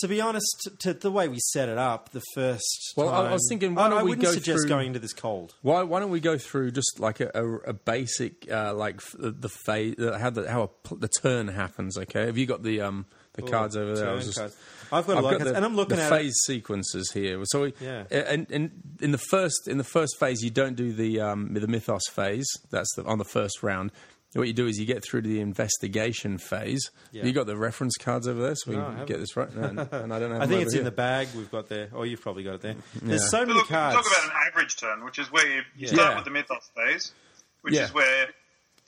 S5: To be honest, to the way we set it up, the first.
S4: Well, I- I
S5: time-
S4: was thinking, why
S5: I,
S4: don't
S5: I
S4: we
S5: wouldn't
S4: go
S5: suggest
S4: through-
S5: going into this cold.
S4: Why, why don't we go through just like a, a, a basic uh, like f- the, the phase uh, how the how a pl- the turn happens? Okay, have you got the um the cards over there? I
S5: turn
S4: was just-
S5: cards. I've got a
S4: I've
S5: lot
S4: got
S5: of cards,
S4: the-
S5: and I'm looking
S4: the
S5: at it-
S4: phase sequences here. So we,
S5: Yeah.
S4: and, and in the first in the first phase, you don't do the um, the mythos phase. That's the, on the first round. What you do is you get through to the investigation phase.
S5: Yeah.
S4: You got the reference cards over there, so we
S5: I
S4: can
S5: haven't.
S4: get this right. No, and and I don't have. them
S5: I think
S4: over
S5: it's in
S4: here.
S5: the bag we've got there. Oh, you've probably got it there. There's so many
S6: Look, we can
S5: cards.
S6: talk about an average turn, which is where you you start
S4: Yeah.
S6: with the mythos phase, which
S4: Yeah.
S6: is where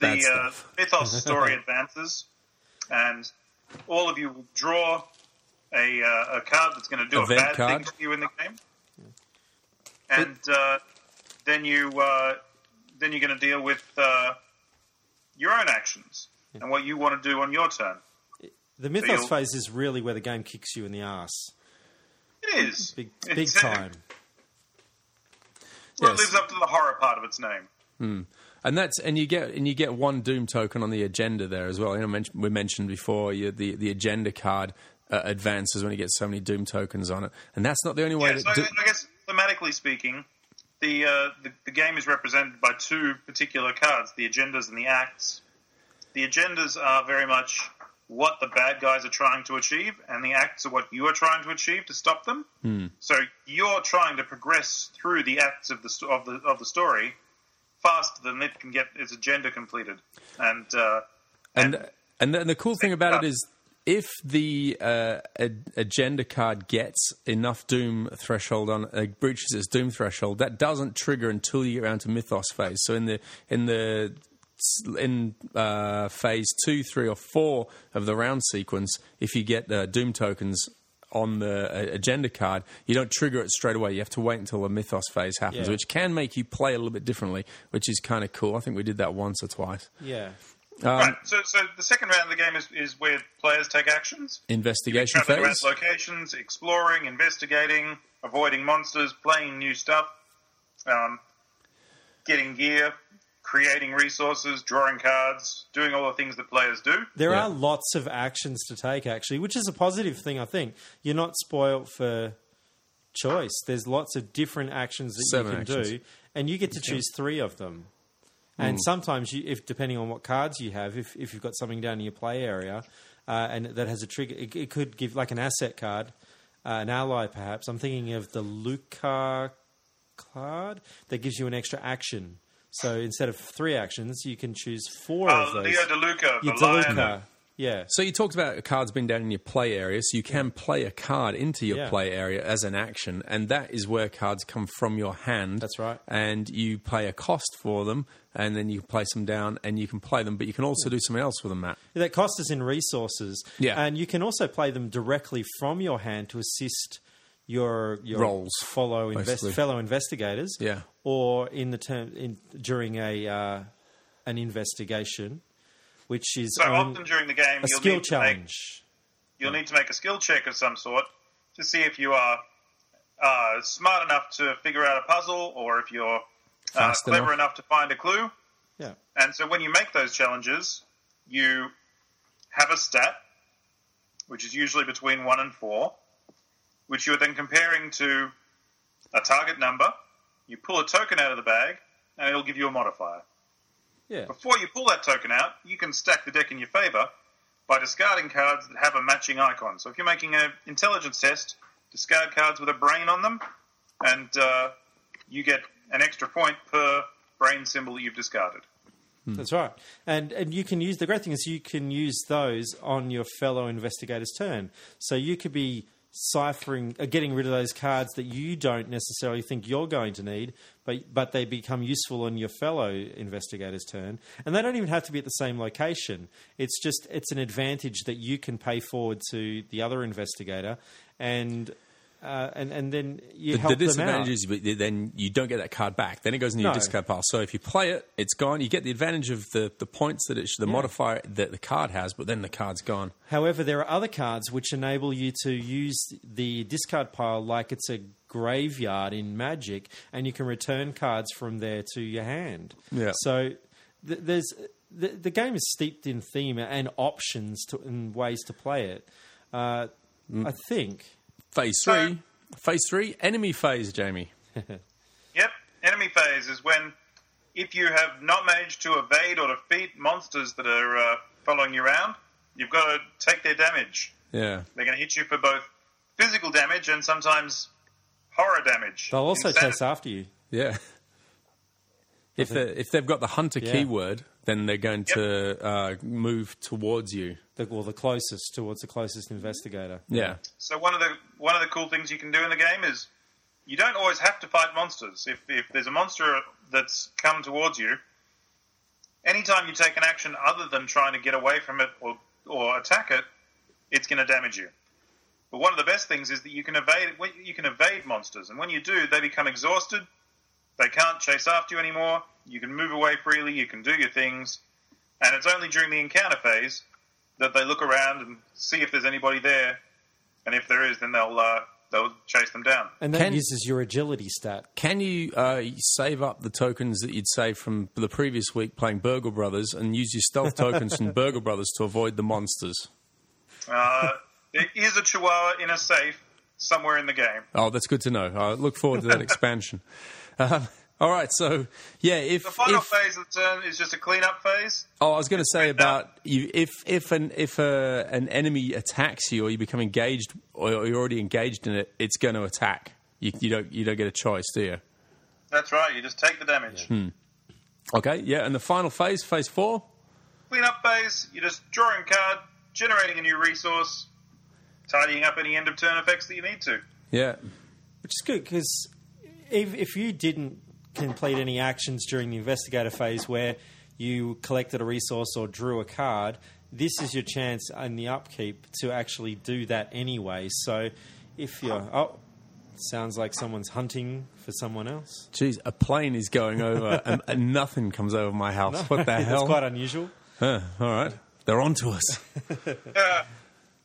S4: Bad
S6: the uh,
S4: stuff.
S6: mythos story advances, and all of you will draw a, uh, a card that's going to do
S4: Event
S6: a bad thing
S4: card.
S6: to you in the game, and uh, then you uh, then you're going to deal with uh, your own actions and what you want to do on your turn.
S5: the
S6: So
S5: mythos
S6: you'll-
S5: phase is really where the game kicks you in the ass,
S6: It is
S5: big
S6: It's-
S5: big time.
S6: Well,
S4: Yes.
S6: it lives up to the horror part of its name.
S4: And that's and you get and you get one doom token on the agenda there as well. You know, men- we mentioned before you, the the agenda card uh, advances when you get so many doom tokens on it, and that's not the only way.
S6: Yeah, so
S4: that do-
S6: I guess thematically speaking, the, uh, the the game is represented by two particular cards: the agendas and the acts. The agendas are very much what the bad guys are trying to achieve, and the acts are what you are trying to achieve to stop them. So you're trying to progress through the acts of the sto- of the of the story faster than it can get its agenda completed, and. Uh,
S4: and and then the cool thing about it is if the uh, ad- agenda card gets enough doom threshold on uh, breaches its doom threshold that doesn't trigger until you get around to mythos phase so in the in the in uh, phase two, three, or four of the round sequence, if you get uh, Doom tokens on the uh, agenda card, you don't trigger it straight away. You have to wait until the Mythos phase happens,
S5: Yeah.
S4: which can make you play a little bit differently, which is kind of cool. I think we did that once or twice.
S5: Yeah,
S6: right, so, so the second round of the game is, is where players take actions.
S4: Investigation
S6: traveling around
S4: phase.
S6: locations, exploring, investigating, avoiding monsters, playing new stuff, um, getting gear, creating resources, drawing cards, doing all the things that players do.
S5: There
S4: Yeah.
S5: are lots of actions to take, actually, which is a positive thing, I think. You're not spoilt for choice. There's lots of different actions that
S4: Seven
S5: you can do,
S4: actions. Hmm.
S5: and you get to choose three of them. And sometimes, you, if depending on what cards you have, if, if you've got something down in your play area uh, and that has a trigger, it, it could give like an asset card, uh, an ally perhaps. I'm thinking of the Luca card that gives you an extra action. So instead of three actions, you can choose four
S6: Uh,
S5: of those.
S6: Leo DeLuca,
S5: Your
S6: the lion,
S5: DeLuca. Yeah.
S4: So you talked about a card's been down in your play area, so you can play a card into your
S5: Yeah.
S4: play area as an action, and that is where cards come from your hand.
S5: That's right.
S4: And you pay a cost for them, and then you can place them down, and you can play them, but you can also do something else with them, Matt.
S5: That cost us in resources.
S4: Yeah.
S5: And you can also play them directly from your hand to assist your, your
S4: Roles,
S5: follow
S4: basically.
S5: invest, fellow investigators.
S4: Yeah.
S5: Or in the term in during a uh, an investigation, which is
S6: So
S5: on-
S6: often during the
S5: Um,
S6: game,
S5: a
S6: you'll
S5: skill
S6: need to make-
S5: challenge.
S6: you'll need to make a skill check of some sort to see if you are uh, smart enough to figure out a puzzle or if you're uh,
S4: Fast
S6: clever
S4: enough.
S6: enough. to find a clue.
S5: Yeah.
S6: And so when you make those challenges, you have a stat, which is usually between one and four, which you are then comparing to a target number. You pull a token out of the bag, and it'll give you a modifier.
S5: Yeah.
S6: Before you pull that token out, you can stack the deck in your favor by discarding cards that have a matching icon. So if you're making an intelligence test, discard cards with a brain on them, and uh, you get an extra point per brain symbol that you've discarded.
S4: Hmm.
S5: That's right. And and you can use the great thing is you can use those on your fellow investigator's turn. So you could be ciphering, uh, getting rid of those cards that you don't necessarily think you're going to need, but but they become useful on your fellow investigator's turn. And they don't even have to be at the same location. It's just it's an advantage that you can pay forward to the other investigator, and uh, and and then you
S4: The,
S5: help
S4: the
S5: them out.
S4: disadvantage is but then you don't get that card back. Then it goes into your
S5: No.
S4: discard pile. So if you play it, it's gone. You get the advantage of the, the points that it sh- the modifier that the card has, but then the card's gone.
S5: However, there are other cards which enable you to use the discard pile like it's a graveyard in Magic, and you can return cards from there to your hand.
S4: Yeah.
S5: So th- there's the, the game is steeped in theme and options to, and ways to play it. Uh, I think.
S4: Phase
S5: Um,
S4: three. Phase three, enemy phase, Jamie.
S6: Yep, enemy phase is when if you have not managed to evade or defeat monsters that are uh, following you around, you've got to take their damage.
S4: Yeah.
S6: They're going to hit you for both physical damage and sometimes horror damage.
S5: They'll also
S6: Insanity.
S5: chase after you.
S4: Yeah. If they if they've got the hunter
S5: Yeah.
S4: keyword, then they're going to uh, move towards you.
S5: The, well, the closest towards the closest investigator.
S4: Yeah.
S6: So one of the one of the cool things you can do in the game is you don't always have to fight monsters. If if there's a monster that's come towards you, anytime you take an action other than trying to get away from it or or attack it, it's going to damage you. But one of the best things is that you can evade when- you can evade monsters, and when you do, they become exhausted. They can't chase after you anymore. You can move away freely. You can do your things, and it's only during the encounter phase that they look around and see if there's anybody there and if there is, then they'll uh, they'll chase them down.
S5: And that
S4: Can-
S5: uses your agility stat.
S4: Can you uh, save up the tokens that you'd saved from the previous week playing Burgle Brothers and use your stealth tokens from Burgle Brothers to avoid the monsters?
S6: Uh, there is a chihuahua in a safe somewhere in the game.
S4: Oh, that's good to know. I look forward to that expansion. Um, all right, so yeah, if,
S6: The final
S4: if
S6: phase of the turn is just a cleanup phase.
S4: Oh, I was going to say
S6: written down.
S4: about you, if if an if a, an enemy attacks you or you become engaged or you're already engaged in it, it's going to attack. You, you don't you don't get a choice, do you?
S6: That's right. You just take the damage.
S4: Okay, yeah. And the final phase, phase four.
S6: Cleanup phase. You're just drawing a card, generating a new resource, tidying up any end of turn effects that you need to.
S4: Yeah,
S5: Which is good because if, if you didn't complete any actions during the investigator phase where you collected a resource or drew a card, this is your chance in the upkeep to actually do that anyway. So if you're. Oh, sounds like someone's hunting for someone else.
S4: jeez, a plane is going over and, and nothing comes over my house. What the
S5: That's
S4: hell?
S5: quite unusual.
S4: Uh, all right, they're on to us.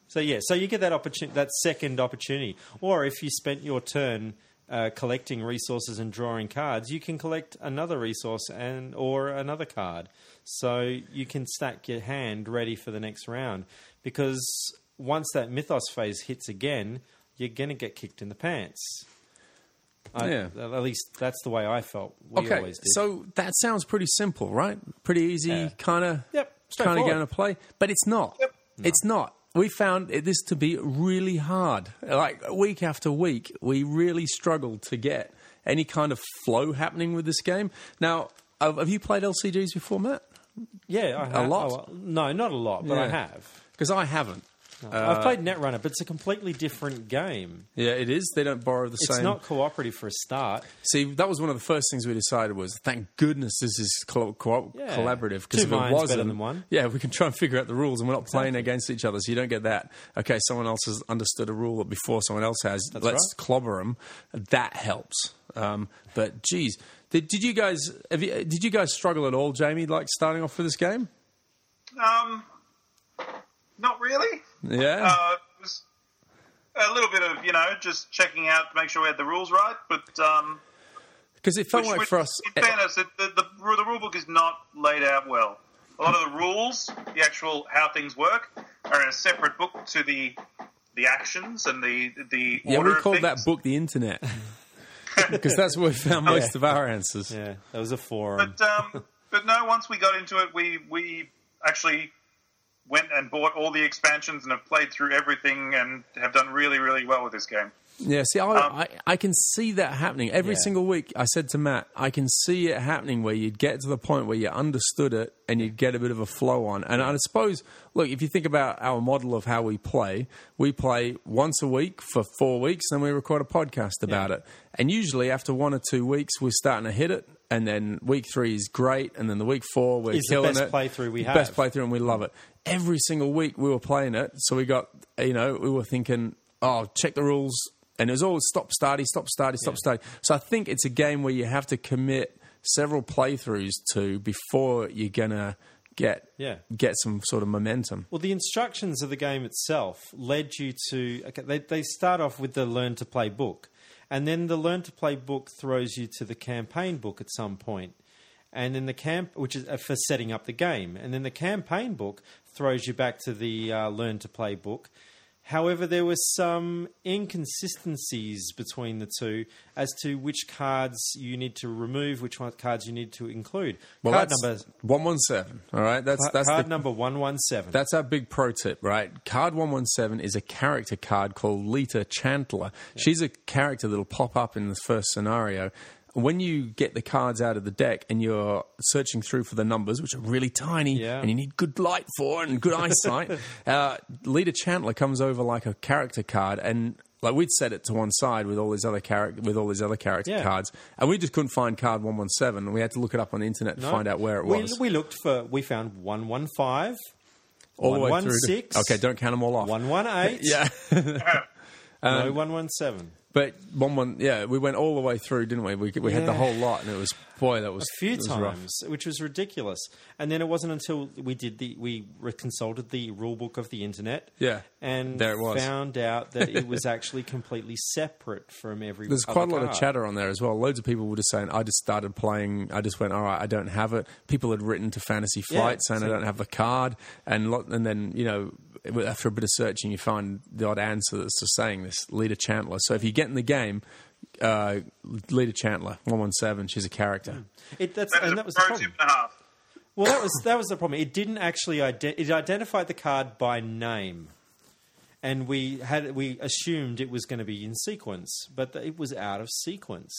S5: So yeah, so you get that opportunity, that second opportunity, or if you spent your turn uh, collecting resources and drawing cards, you can collect another resource and or another card. So you can stack your hand ready for the next round because once that mythos phase hits again, you're gonna get kicked in the pants. I,
S4: Yeah.
S5: At least that's the way I felt. We
S4: okay,
S5: always did.
S4: so that sounds pretty simple, right? Pretty easy, kind of,
S5: Yep,
S4: kind of
S5: straightforward.
S4: going to play, but it's not. It's not. We found it- this to be really hard. Like week after week, we really struggled to get any kind of flow happening with this game. Now, have have you played LCGs before, Matt?
S5: yeah, I have.
S4: lot.
S5: oh, well, no, not a lot, but I
S4: Yeah. Uh,
S5: have.
S4: because I haven't.
S5: I've played Netrunner, but it's a completely different game.
S4: Yeah, it is. They don't borrow the
S5: It's
S4: same.
S5: not cooperative for a start.
S4: See, that was one of the first things we decided was thank goodness this is co- co-
S5: Yeah.
S4: collaborative
S5: Two
S4: because if it
S5: minds better
S4: wasn't,
S5: than one.
S4: yeah, we can try and figure out the rules and we're not playing against each other, so you don't get that. Okay, someone else has understood a rule that before someone else has. Let's
S5: right.
S4: clobber them. That helps. Um, but geez, did, did you guys have you, did you guys struggle at all, Jamie? Like starting off with this game?
S6: Um, not really.
S4: Yeah.
S6: Uh, it was a little bit of you know just checking out to make sure we had the rules right, but um,
S4: Because it felt
S6: which-
S4: like
S6: which-
S4: for us,
S6: in fairness, it, the, the the rule book is not laid out well. A lot of the rules, the actual how things work, are in a separate book to the the actions and the the
S4: yeah,
S6: order
S4: we
S6: of
S4: called that
S6: things.
S4: book the internet because that's where we found most of our answers.
S5: Yeah, that was a forum.
S6: But um, but no, once we got into it, we we actually went and bought all the expansions and have played through everything and have done really really well with this game.
S4: Yeah, see, I, I, I can see that happening. Every
S5: Um, Yeah.
S4: single week, I said to Matt, I can see it happening where you'd get to the point where you understood it and you'd get a bit of a flow on. And I suppose, look, if you think about our model of how we play, we play once a week for four weeks, then we record a podcast about it. And usually, after one or two weeks, we're starting to hit it. And then week three is great, and then the week four we're
S5: Is the
S4: killing
S5: best
S4: it.
S5: playthrough we
S4: Best
S5: have.
S4: playthrough, and we love it. Every single week we were playing it, so we got you know we were thinking, oh, check the rules, and it was always stop starty, stop starty, stop starty. So I think it's a game where you have to commit several playthroughs to before you're gonna get
S5: Yeah.
S4: get some sort of momentum.
S5: well, the instructions of the game itself led you to. Okay, they, they start off with the learn to play book, and then the learn to play book throws you to the campaign book at some point, and then the camp, which is uh, for setting up the game, and then the campaign book throws you back to the uh, learn to play book. However, there were some inconsistencies between the two as to which cards you need to remove, which one- cards you need to include.
S4: Well,
S5: Card
S4: that's
S5: numbers-
S4: one one seven. All right, that's
S5: Ca-
S4: that's
S5: card
S4: the,
S5: number 117.
S4: That's our big pro tip, right? Card 117 is a character card called Lita Chandler. She's a character that'll pop up in the first scenario. When you get the cards out of the deck and you're searching through for the numbers, which are really tiny
S5: Yeah.
S4: and you need good light for and good eyesight, uh, Lita Chandler comes over like a character card and like we'd set it to one side with all these other character with all these other character
S5: Yeah.
S4: cards, and we just couldn't find card one one seven. and We had to look it up on the internet to
S5: No.
S4: find out where it
S5: We-
S4: was.
S5: We, looked for, we found 115,
S4: all the way through.
S5: 116.
S4: to- okay, don't count them all off.
S5: 118,
S4: yeah. Um,
S5: no 117.
S4: But one one, yeah, we went all the way through, didn't we? We, we had the
S5: Yeah.
S4: whole lot, and it was boy, that was
S5: A few
S4: it was rough.
S5: times, which was ridiculous. And then it wasn't until we did the we re- consulted the rule book of the internet,
S4: Yeah.
S5: and
S4: There it was.
S5: found out that it was actually completely separate from every.
S4: There's
S5: other
S4: quite a lot of
S5: card.
S4: chatter on there as well. Loads of people were just saying, "I just started playing. I just went, all right, I don't have it." People had written to Fantasy
S5: Yeah,
S4: Flight saying, "I
S5: so-
S4: don't have the card," and lot, and then you know, after a bit of searching, you find the odd answer that's just saying this Lita Chandler. So if you get in the game, uh, Lita Chandler, one one seven, she's a character.
S5: It, that's,
S6: That is
S5: and
S6: a
S5: that was the
S6: pro
S5: problem.
S6: tip and a half.
S5: Well, that was that was the problem. It didn't actually ident- it identified the card by name, and we had we assumed it was going to be in sequence, but th- it was out of sequence.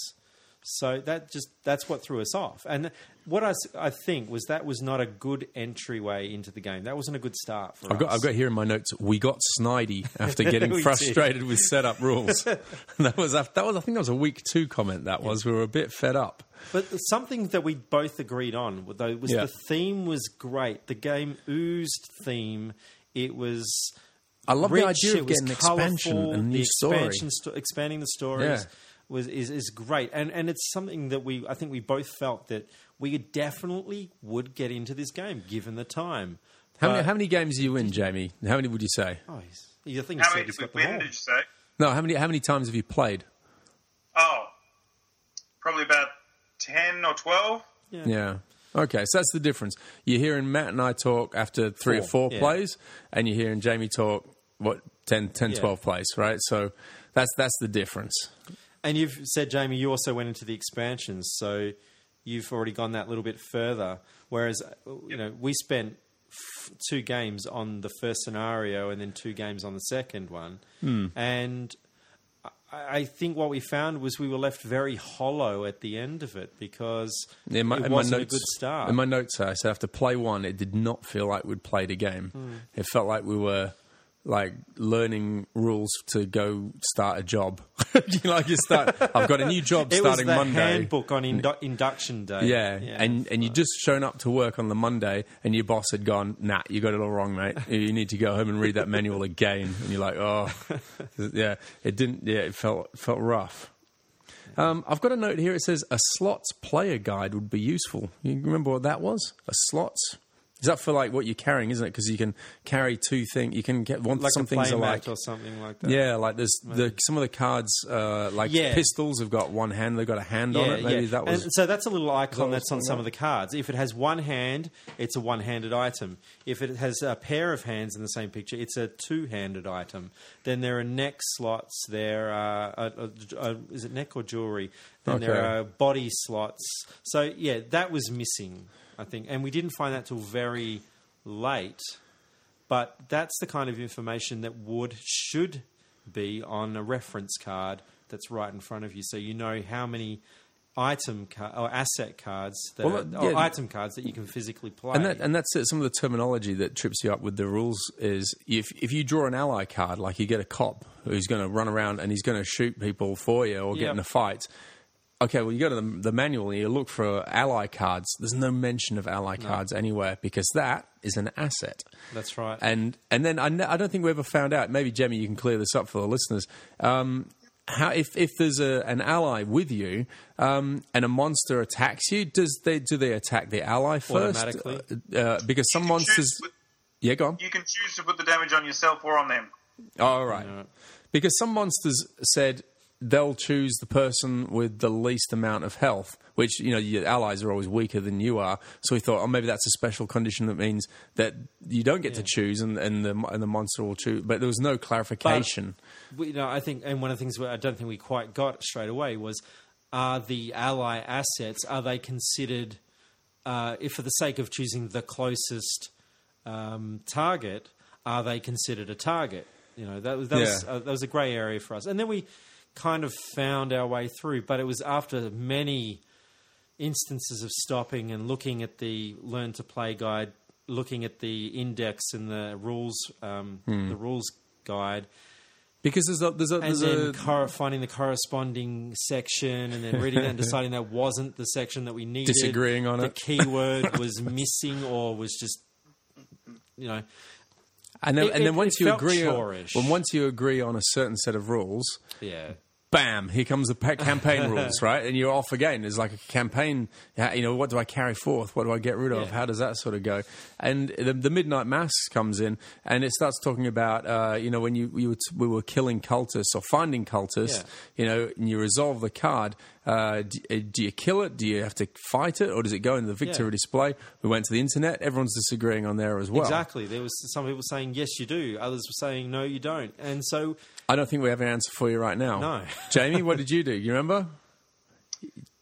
S5: So that just that's what threw us off. And what I, s- I think was that was not a good entryway into the game. That wasn't a good start for
S4: I've got,
S5: us.
S4: I've got here in my notes. We got snidey after
S5: We
S4: getting
S5: did.
S4: frustrated with setup rules. that was af- that was I think that was a week two comment. That was we were a bit fed up.
S5: But something that we both agreed on, though, was
S4: Yeah.
S5: the theme was great. The game oozed theme. It was.
S4: I love the
S5: rich,
S4: idea of
S5: it was
S4: getting expansion
S5: colourful,
S4: and
S5: the
S4: new story.
S5: expansion sto- expanding the stories
S4: Yeah.
S5: was is, is great, and and it's something that we I think we both felt that we definitely would get into this game given the time.
S4: How many,
S5: But-
S4: how many games are you in, Jamie? How many would you say?
S5: Oh, he's, you think he
S6: How
S5: said
S6: many
S5: he's
S6: did we
S5: got them
S6: win?
S5: all.
S6: Did you say?
S4: No, how many how many times have you played?
S6: Oh, probably about ten or twelve.
S4: Yeah. Okay, so that's the difference. You're hearing Matt and I talk after three or four
S5: Four, yeah.
S4: plays, and you're hearing Jamie talk what 10, 10
S5: Yeah.
S4: 12 plays, right? So that's that's the difference.
S5: And you've said, Jamie, you also went into the expansions, so you've already gone that little bit further. Whereas, uh, you know, we spent f- two games
S4: Hmm.
S5: on the first scenario and then two games on the second one, and I- I I think what we found was we were left very hollow at the end of it because
S4: In my,
S5: it
S4: in my
S5: wasn't
S4: notes,
S5: a good start.
S4: In my notes, I said after play one, it did not feel like we'd played a game.
S5: Hmm.
S4: It felt like we were like learning rules to go start a job. You know, like you start, I've got a new job
S5: it
S4: starting
S5: was the
S4: Monday.
S5: handbook on indu- induction day.
S4: Yeah, and and you just shown up to work on the Monday, and your boss had gone, "Nah, you got it all wrong, mate. You need to go home and read that manual again." And you're like, "Oh, yeah." It didn't. Yeah, it felt felt rough. Um, I've got a note here. It says a slots player guide would be useful. You remember what that was? A slots. Is that for like what you're carrying, isn't it? Because you can carry two things. You can get one.
S5: like
S4: some
S5: a play
S4: things are like
S5: mat or something like that.
S4: yeah, like there's the, some of the cards, uh, like
S5: Yeah.
S4: pistols, have got one hand. They've got a hand on it. Maybe that was
S5: and so that's a little icon
S4: was
S5: that's on
S4: one
S5: some of the cards. If it has one hand, it's a one-handed item. If it has a pair of hands in the same picture, it's a two-handed item. Then there are neck slots. There are uh, uh, uh, is it neck or jewelry? Then there
S4: Okay.
S5: are body slots. So yeah, that was missing, I think, and we didn't find that till very late. But that's the kind of information that would should be on a reference card that's right in front of you, so you know how many item ca- or asset cards that
S4: Well,
S5: are, or
S4: yeah.
S5: item cards that you can physically play.
S4: And that and that's it. Some of the terminology that trips you up with the rules is if if you draw an ally card, like you get a cop who's going to run around and he's going to shoot people for you or get
S5: Yeah.
S4: in a fight. Okay, well, you go to the, the manual and you look for ally cards. There's no mention of ally cards anywhere because that is an asset.
S5: that's right.
S4: And and then I, ne- I don't think we ever found out. Maybe Jemmy, you can clear this up for the listeners. Um, how if if there's a, an ally with you um, and a monster attacks you, does they do they attack the ally first?
S5: Automatically.
S4: Uh, uh, because some monsters.
S6: Choose with-
S4: Yeah, go on.
S6: you can choose to put the damage on yourself or on them.
S4: Oh, all right. Because some monsters said they'll choose the person with the least amount of health, which, you know, your allies are always weaker than you are. So we thought, oh, maybe that's a special condition that means that you don't get to choose and, and, the, and the monster will choose. But there was no clarification.
S5: we, you know, I think, and one of the things we- I don't think we quite got straight away was: are the ally assets are they considered, uh, if for the sake of choosing the closest um, target, are they considered a target? You know, that was that, was,
S4: Yeah.
S5: uh, that was a grey area for us, and then we kind of found our way through, but it was after many instances of stopping and looking at the learn to play guide, looking at the index and the rules, um, the rules guide,
S4: because there's a. There's a,
S5: and
S4: there's
S5: then
S4: a
S5: cor- finding the corresponding section and then reading that and deciding that wasn't the section that we needed.
S4: Disagreeing on
S5: the
S4: it.
S5: keyword was missing or was just, you know,
S4: and then,
S5: it-
S4: and then
S5: it-
S4: once
S5: it
S4: you
S5: felt
S4: agree on,
S5: chore-ish.
S4: when once you agree on a certain set of rules,
S5: yeah.
S4: bam, here comes the pa- campaign rules, right? And you're off again. It's like a campaign, you know, what do I carry forth? What do I get rid of?
S5: Yeah.
S4: How does that sort of go? And the, the Midnight Mass comes in and it starts talking about, uh, you know, when you, you were t- we were killing cultists or finding cultists,
S5: Yeah.
S4: you know, and you resolve the card. Uh, do, uh, do you kill it? Do you have to fight it? Or does it go in the victory
S5: Yeah.
S4: display? We went to the internet. Everyone's disagreeing on there as well.
S5: Exactly. There was some people saying yes, you do. Others were saying no, you don't. And so
S4: I don't think we have an answer for you right now.
S5: No.
S4: Jamie, what did you do? You remember?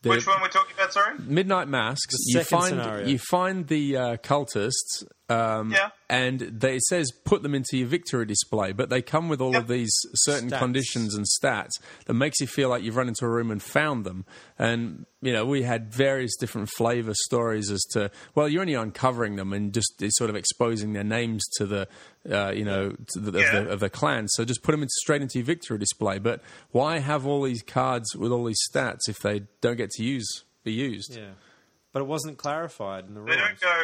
S6: Which one we're talking about? Sorry.
S4: midnight masks. you
S5: second
S4: find
S5: scenario.
S4: you find the uh, cultists, um,
S6: Yeah.
S4: and they it says put them into your victory display, but they come with all
S6: Yep.
S4: of these certain
S5: Stats.
S4: conditions and stats that makes you feel like you've run into a room and found them. And you know, we had various different flavor stories as to well, you're only uncovering them and just it's sort of exposing their names to the uh, you know to the,
S6: Yeah.
S4: of, the, of the clan. So just put them in, straight into your victory display. But why have all these cards with all these stats if they don't get to use? Be used.
S5: yeah, but it wasn't clarified in the
S6: They
S5: rules.
S6: don't go.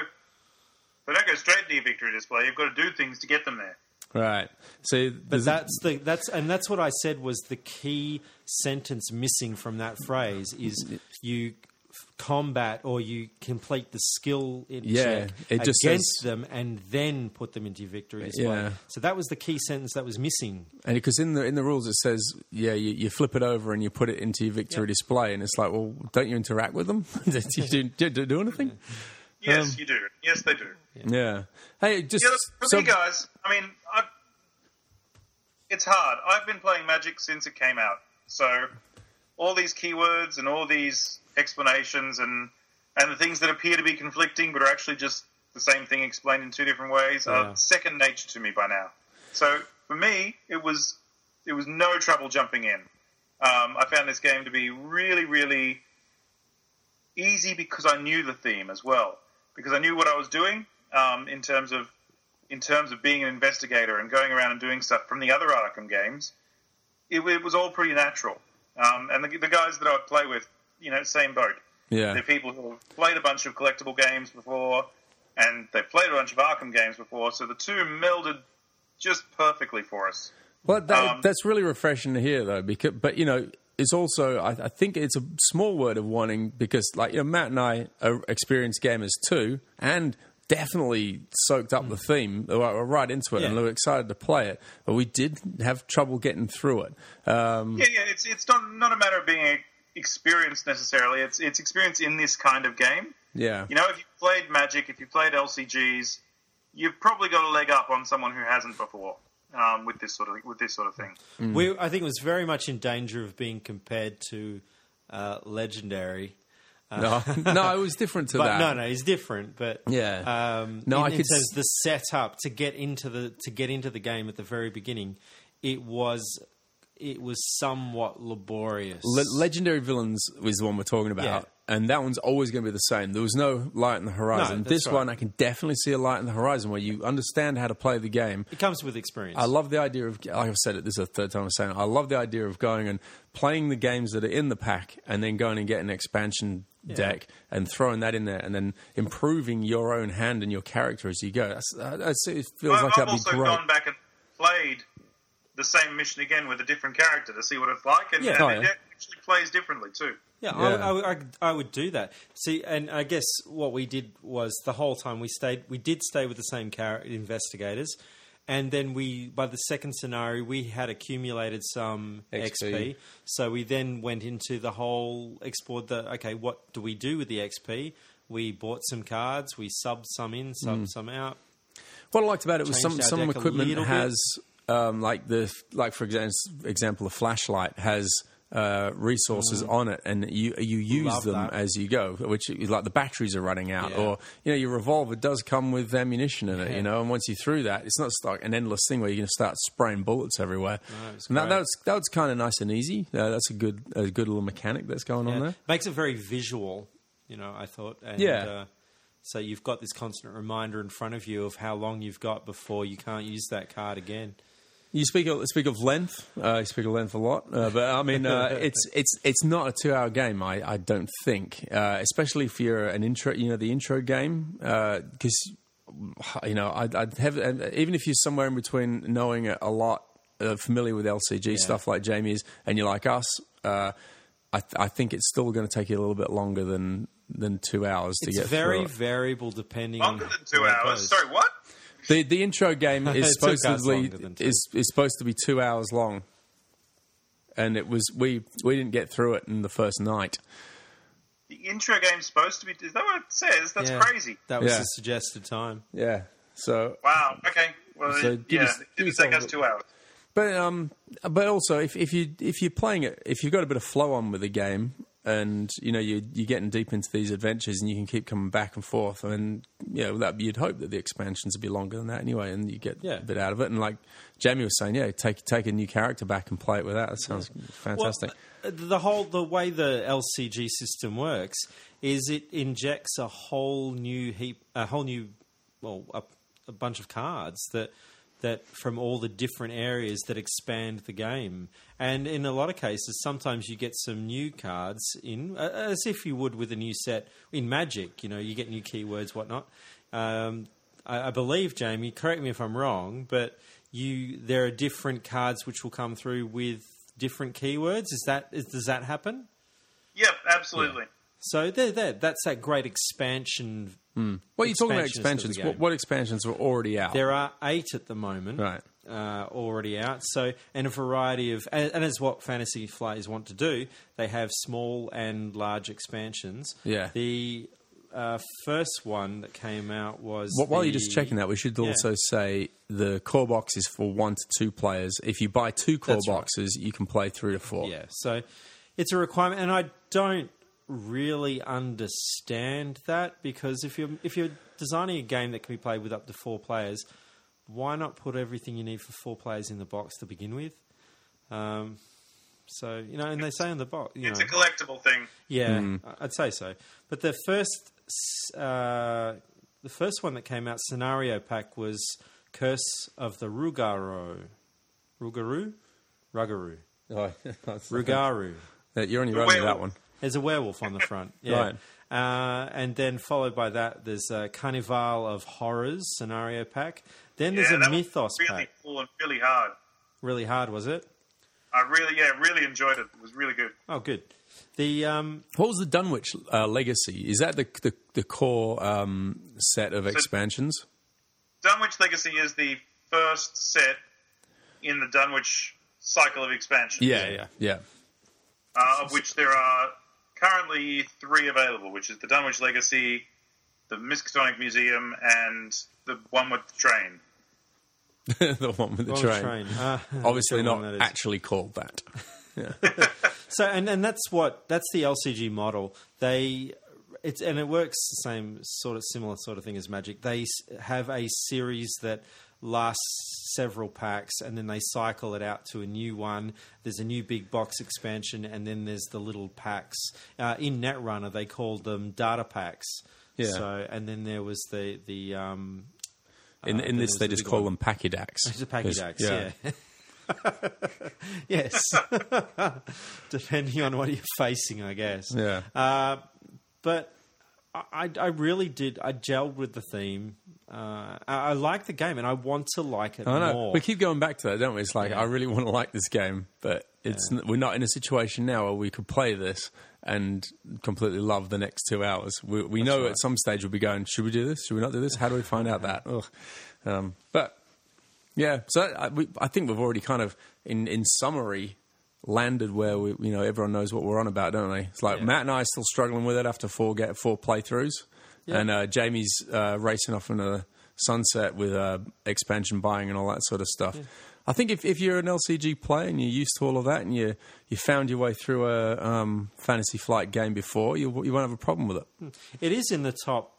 S6: They don't go straight into your victory display. You've got to do things to get them there.
S4: Right. So
S5: But
S4: there's
S5: that's the that's and that's what I said was the key sentence missing from that phrase is you f- combat or you complete the skill in
S4: Yeah,
S5: check
S4: it just
S5: against
S4: says-
S5: them and then put them into your victory display.
S4: Yeah.
S5: So that was the key sentence that was missing.
S4: and because in the in the rules it says yeah you, you flip it over and you put it into your victory display and it's like well don't you interact with them do you do, do, do- do anything
S6: Yes, you do. Yes, they do.
S4: yeah, hey just
S6: Yeah, look, for
S4: so,
S6: me, guys, I mean, I, it's hard. I've been playing Magic since it came out, so all these keywords and all these explanations and and the things that appear to be conflicting but are actually just the same thing explained in two different ways
S5: Yeah.
S6: are second nature to me by now. So for me, it was it was no trouble jumping in. Um, I found this game to be really, really easy because I knew the theme as well, because I knew what I was doing um, in terms of in terms of being an investigator and going around and doing stuff from the other Arkham games. It, it was all pretty natural, um, and the, the guys that I would play with, you know, same boat.
S4: Yeah.
S6: They're people who have played a bunch of collectible games before, and they've played a bunch of Arkham games before, so the two melded just perfectly for us.
S4: Well, that,
S6: Um,
S4: that's really refreshing to hear, though. Because, but you know, it's also I, I think it's a small word of warning because, like, you know, Matt and I are experienced gamers too, and definitely soaked up the theme. We We're right into it, and
S5: Mm. Yeah.
S4: we were excited to play it, but we did have trouble getting through it. Um,
S6: Yeah, yeah, it's it's not not a matter of being experienced necessarily. It's it's experience in this kind of game.
S4: yeah,
S6: You know, if you've played Magic, if you've played LCGs, you've probably got a leg up on someone who hasn't before um, with this sort of with this sort of thing.
S4: Mm.
S5: We, I think, was very much in danger of being compared to uh, legendary.
S4: no, no, it was different to
S5: But
S4: that.
S5: no, no, he's different. But
S4: Yeah.
S5: um,
S4: No,
S5: in,
S4: I
S5: in
S4: could
S5: terms
S4: s-
S5: of the setup to get into the to get into the game at the very beginning, it was it was somewhat laborious.
S4: Le- Legendary Villains is the one we're talking about.
S5: Yeah.
S4: And that one's always going to be the same. There was no light in the horizon.
S5: that's
S4: this
S5: right.
S4: one, I can definitely see a light in the horizon where you understand how to play the game.
S5: it comes with experience.
S4: I love the idea of, like I've said it, this is the third time I'm saying it. I love the idea of going and playing the games that are in the pack and then going and getting an expansion deck and throwing that in there and then improving your own hand and your character as you go. That's, uh, that's, it feels
S6: I've
S4: like that'd
S6: also
S4: be great.
S6: gone back and played the same mission again with a different character to see what it's like, and,
S5: Yeah.
S6: and
S4: Oh,
S6: it
S4: yeah.
S6: actually plays differently too.
S5: Yeah,
S4: Yeah.
S5: I, I, I, I would do that. See, and I guess what we did was the whole time we stayed, we did stay with the same char- investigators, and then we, by the second scenario, we had accumulated some
S4: XP.
S5: XP. So we then went into the whole explored the okay, what do we do with the XP? We bought some cards, we subbed some in, subbed some out.
S4: What I liked about it was some
S5: Changed our
S4: some
S5: deck a
S4: equipment
S5: little bit.
S4: has um, like the like for exa- example a flashlight has uh, resources on it and you you use
S5: Mm. Love
S4: them
S5: that.
S4: as you go, which is like the batteries are running out
S5: Yeah.
S4: or you know your revolver does come with ammunition in it, you know, and once you're through that, it's not just like an endless thing where you're going to start spraying bullets everywhere.
S5: it's
S4: and that,
S5: great.
S4: that was that was kind of nice and easy. Uh, that's a good a good little mechanic that's going on
S5: Yeah.
S4: there.
S5: Makes it very visual, you know, I thought. And,
S4: Yeah.
S5: Uh, so you've got this constant reminder in front of you of how long you've got before you can't use that card again.
S4: You speak of, speak of length. Uh, you speak of length a lot, uh, but I mean, uh, it's it's it's not a two-hour game. I, I don't think, uh, especially if you're an intro. You know, the intro game because you know I'd, I'd have and even if you're somewhere in between knowing a, a lot, uh, familiar with LCG stuff like Jamie is, and you're like us. Uh, I, th- I think it's still going to take you a little bit longer than than two hours to
S5: It's
S4: get
S5: very
S4: through. it.
S5: variable depending
S6: Longer
S5: on
S6: than two
S5: where it
S6: hours.
S5: goes.
S6: Sorry, what?
S4: The the intro game is
S5: It took us
S4: supposedly
S5: longer than two.
S4: is is supposed to be two hours long, and it was we we didn't get through it in the first night.
S6: The intro game's supposed to be. Is that what it says? That's
S5: Yeah,
S6: crazy.
S5: That was
S4: Yeah.
S5: the suggested time.
S4: Yeah. So,
S6: Wow. Okay. Well,
S4: So
S6: it,
S4: give
S6: yeah,
S4: us-
S6: it
S4: give
S6: did
S4: us
S6: take
S4: all
S6: us
S4: the-
S6: two hours.
S4: but um, but also if if you if you're playing it, if you've got a bit of flow on with the game, and you know you you're getting deep into these adventures, and you can keep coming back and forth, and you know that you'd hope that the expansions would be longer than that anyway, and you get
S5: Yeah.
S4: a bit out of it. And like Jamie was saying, yeah, take take a new character back and play it with that. That sounds fantastic.
S5: Well, th- the whole the way the LCG system works is it injects a whole new heap, a whole new, well, a, a bunch of cards that that from all the different areas that expand the game. And in a lot of cases, sometimes you get some new cards in, a- as if you would with a new set in Magic. You know, you get new keywords, whatnot. Um, I, I believe, Jamie, correct me if I'm wrong, but you there are different cards which will come through with different keywords. Is that is, does that happen?
S6: Yep. Absolutely.
S5: So there, there, that's that great expansion.
S4: Well, you're talking about
S5: expansions to the
S4: expansions. What,
S5: game.
S4: what expansions were already out?
S5: There are eight at the moment,
S4: Right.
S5: Uh, already out. So and a variety of and, and it's what fantasy flyers want to do. They have small and large expansions.
S4: Yeah.
S5: The uh, first one that came out was
S4: Well, while
S5: the-
S4: you're just checking that, we should also say the core box is for one to two players. If you buy two core
S5: That's right.
S4: boxes, you can play three to four.
S5: Yeah, so it's a requirement, and I don't really understand that because if you're if you're designing a game that can be played with up to four players, why not put everything you need for four players in the box to begin with? Um, So you know, and they say on the box, you
S6: It's
S5: know,
S6: a collectible thing.
S5: yeah, I- I'd say so. But the first, s- uh, the first one that came out scenario pack was Curse of the Rugaro, Rugaru, Rugaru,
S4: Oh,
S5: Rugaru.
S4: That- Uh, You're on your own with that one.
S5: There's a werewolf on the front, yeah.
S4: Right.
S5: Uh, and then followed by that, there's a Carnival of Horrors scenario pack. Then there's
S6: yeah,
S5: a
S6: that was
S5: Mythos
S6: really
S5: pack.
S6: cool and really hard.
S5: Really hard, was it?
S6: I really, yeah, really enjoyed it. It was really good.
S5: Oh, good. The um,
S4: What was the Dunwich uh, legacy? Is that the the, the core um, set of expansions?
S6: Dunwich Legacy is the first set in the Dunwich cycle of expansion,
S4: Yeah, yeah, yeah.
S6: uh, of which there are currently three available, which is the Dunwich Legacy, the Miskatonic Museum, and the one with the train.
S4: the one with the
S5: Long
S4: train.
S5: train. Ah,
S4: Obviously
S5: whichever
S4: not
S5: one that is. Ah,
S4: actually called that.
S5: So, and, and that's what that's the LCG model. They it's and it works the same sort of similar sort of thing as Magic. They s- have a series that lasts several packs, and then they cycle it out to a new one. There's a new big box expansion, and then there's the little packs. Uh, in Netrunner, they call them data packs.
S4: Yeah.
S5: So, and then there was the the um,
S4: In, in this,
S5: then there's
S4: they
S5: the
S4: just
S5: big
S4: call
S5: one.
S4: them pachydax.
S5: It's a package
S4: Because-
S5: axe, yeah. yes. Depending on what you're facing, I guess.
S4: Yeah.
S5: Uh, but I, I I really did. I gelled with the theme. Uh, I, I like the game, and I want to like it
S4: I know.
S5: more.
S4: We keep going back to that, don't we? It's like
S5: Yeah.
S4: I really want to like this game, but it's n we're not in a situation now where we could play this and completely love the next two hours. We, we know at some stage we'll be going, should we do this? Should we not do this? How do we find out that? Ugh. Um, but yeah, so I, we, I think we've already kind of, in in summary. Landed where we, you know, everyone knows what we're on about, don't they? It's like
S5: Yeah.
S4: Matt and I are still struggling with it after four get four playthroughs, and uh, Jamie's uh, racing off in a sunset with uh, expansion buying and all that sort of stuff. I think if, if you're an LCG player and you're used to all of that and you you found your way through a um, fantasy flight game before, you you won't have a problem with it.
S5: it is in the top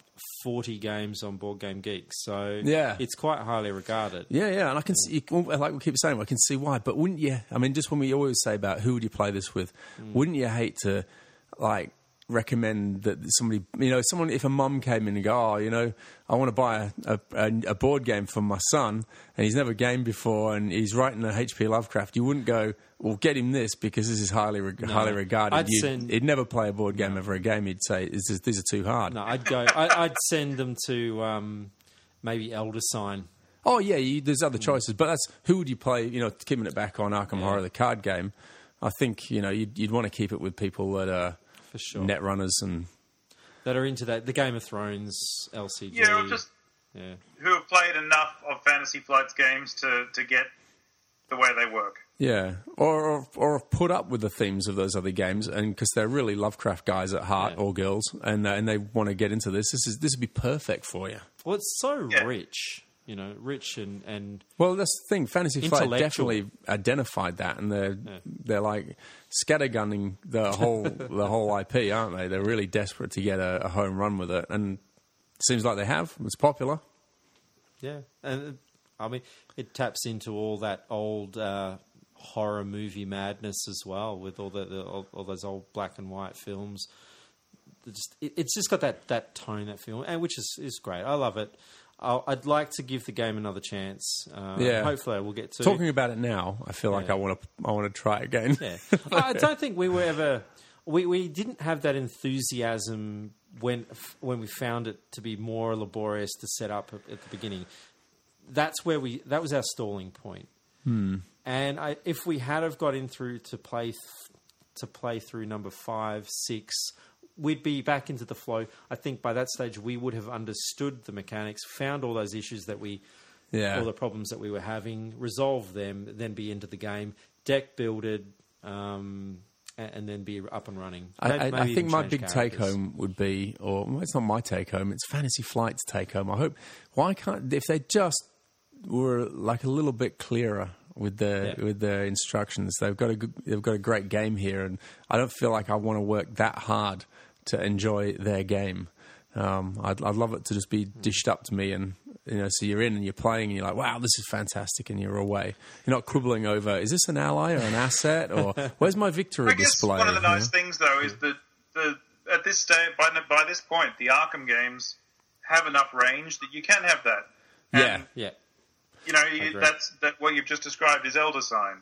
S5: forty games on Board Game Geek, so
S4: Yeah.
S5: it's quite highly regarded.
S4: Yeah, yeah, and I can see, well, like we keep saying, I can see why. But wouldn't you? I mean, just when we always say about who would you play this with,
S5: Mm.
S4: wouldn't you hate to like recommend that somebody, you know, someone if a mum came in and go, oh, you know, I want to buy a, a, a board game for my son, and he's never gamed before, and he's writing a H.P. Lovecraft, you wouldn't go. Well, get him this because this is highly reg- highly regarded.
S5: I'd
S4: You'd-
S5: send-
S4: he'd never play a board game ever again. He'd say, "This is- "These are too hard."
S5: No, I'd go. I, I'd send them to um, maybe Elder Sign.
S4: Oh yeah, you, there's
S5: Mm.
S4: other choices, but that's who would you play? You know, keeping it back on Arkham Horror, the card game. I think you know you'd, you'd want to keep it with people that are
S5: For sure.
S4: net runners and
S5: that are into that the Game of Thrones LCG.
S6: Yeah, or just
S5: Mm. yeah.
S6: who have played enough of Fantasy Flights games to, to get the way they work.
S4: yeah, or or, or put up with the themes of those other games, and because they're really Lovecraft guys at heart
S5: Yeah.
S4: or girls, and uh, and they want to get into this. This is this would be perfect for you.
S5: Well, it's so
S6: Yeah.
S5: rich, you know, rich and and
S4: Well, that's the thing. Fantasy Flight
S5: Intellectual.
S4: definitely identified that, and they're they're like scattergunning the whole the whole IP, aren't they? They're really desperate to get a, a home run with it, and it seems like they have. It's popular.
S5: yeah, and uh, I mean, it taps into all that old uh, horror movie madness as well, with all the, the all, all those old black and white films. It's Just, it, it's just got that that tone that film, and which is is great. I love it. I'll, I'd like to give the game another chance. Uh,
S4: Yeah.
S5: hopefully I will get to
S4: Talking about it now, I feel like I want to I want to try it again.
S5: Yeah. I I don't think we were ever. We, we didn't have that enthusiasm when f- when we found it to be more laborious to set up at, at the beginning. That's where we that was our stalling point. And I, if we had have got in through to play th- to play through number five, six, we'd be back into the flow. I think by that stage we would have understood the mechanics, found all those issues that we,
S4: Yeah.
S5: all the problems that we were having, resolve them, then be into the game, deck builded, um, a- and, then be up and running. May-
S4: I, I,
S5: maybe
S4: I think
S5: even
S4: my
S5: change
S4: big take
S5: characters.
S4: home would be, or well, it's not my take home, it's Fantasy Flight's take home. I hope, why can't, if they just were like a little bit clearer with their,
S5: Yeah.
S4: with their instructions, they've got, a good, they've got a great game here, and I don't feel like I want to work that hard
S5: Hmm.
S4: to enjoy their game. Um, I'd, I'd love it to just be dished up to me and You know, so you're in and you're playing, and you're like, "Wow, this is fantastic!" And you're away. You're not quibbling over is this an ally or an asset or where's my victory
S6: I guess
S4: display?
S6: one of the
S4: you know?
S6: nice things, though, is that the at this stage by by this point, the Arkham games have enough range that you can have that.
S4: Yeah.
S5: Yeah.
S6: You know, you,
S5: agree.
S6: that's that what you've just described is Elder Sign.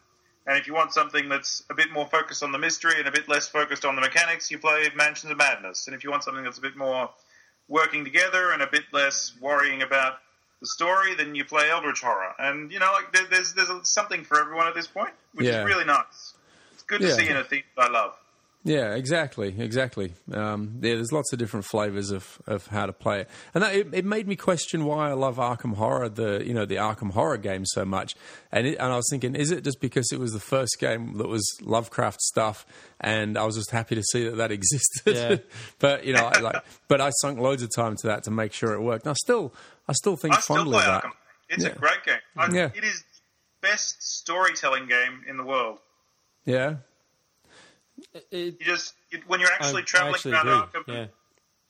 S6: And if you want something that's a bit more focused on the mystery and a bit less focused on the mechanics, you play Mansions of Madness. And if you want something that's a bit more working together and a bit less worrying about the story, then you play Eldritch Horror. And you know, like there, there's there's something for everyone at this point, which
S4: Yeah.
S6: is really nice. It's good to
S4: Yeah.
S6: see in a theme that I love.
S4: Yeah, exactly, exactly. Um, yeah, there's lots of different flavors of, of how to play it, and that, it, it made me question why I love Arkham Horror, the you know the Arkham Horror game so much. And it, and I was thinking, is it just because it was the first game that was Lovecraft stuff, and I was just happy to see that that existed.
S5: Yeah.
S4: but you know, I, like, but I sunk loads of time to that to make sure it worked. And I still, I still think
S6: I still
S4: fondly of
S6: play
S4: that.
S6: Arkham. It's
S4: Yeah.
S6: a great game. I,
S4: Yeah.
S6: It is the best storytelling game in the world.
S4: Yeah,
S5: It-
S6: You just you, when you're
S5: I,
S6: actually
S5: I
S6: traveling
S5: actually
S6: around
S5: agree.
S6: Arkham,
S5: Yeah.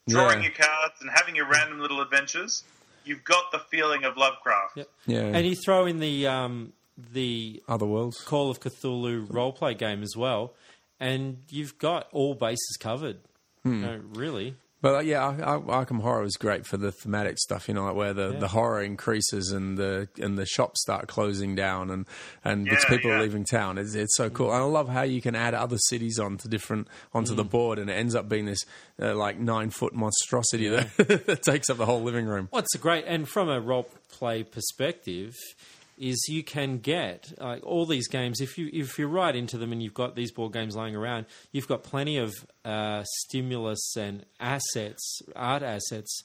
S6: drawing
S4: yeah.
S6: your cards, and having your random little adventures, you've got the feeling of Lovecraft.
S5: Yeah.
S4: Yeah.
S5: And you throw in the um, the
S4: Other worlds.
S5: Call of Cthulhu roleplay game as well, and you've got all bases covered.
S4: Hmm.
S5: No, really.
S4: But uh, yeah, Ar- Ar- Arkham Horror was great for the thematic stuff, you know, like where the, the horror increases and the and the shops start closing down and and because
S6: Yeah,
S4: people are
S6: yeah.
S4: leaving town, it's, it's so cool. And I love how you can add other cities onto different onto
S5: Mm.
S4: the board, and it ends up being this uh, like nine foot monstrosity that, that takes up the whole living room.
S5: What's a great and from a role play perspective is you can get like all these games if you if you're right into them and you've got these board games lying around, you've got plenty of uh, stimulus and assets, art assets.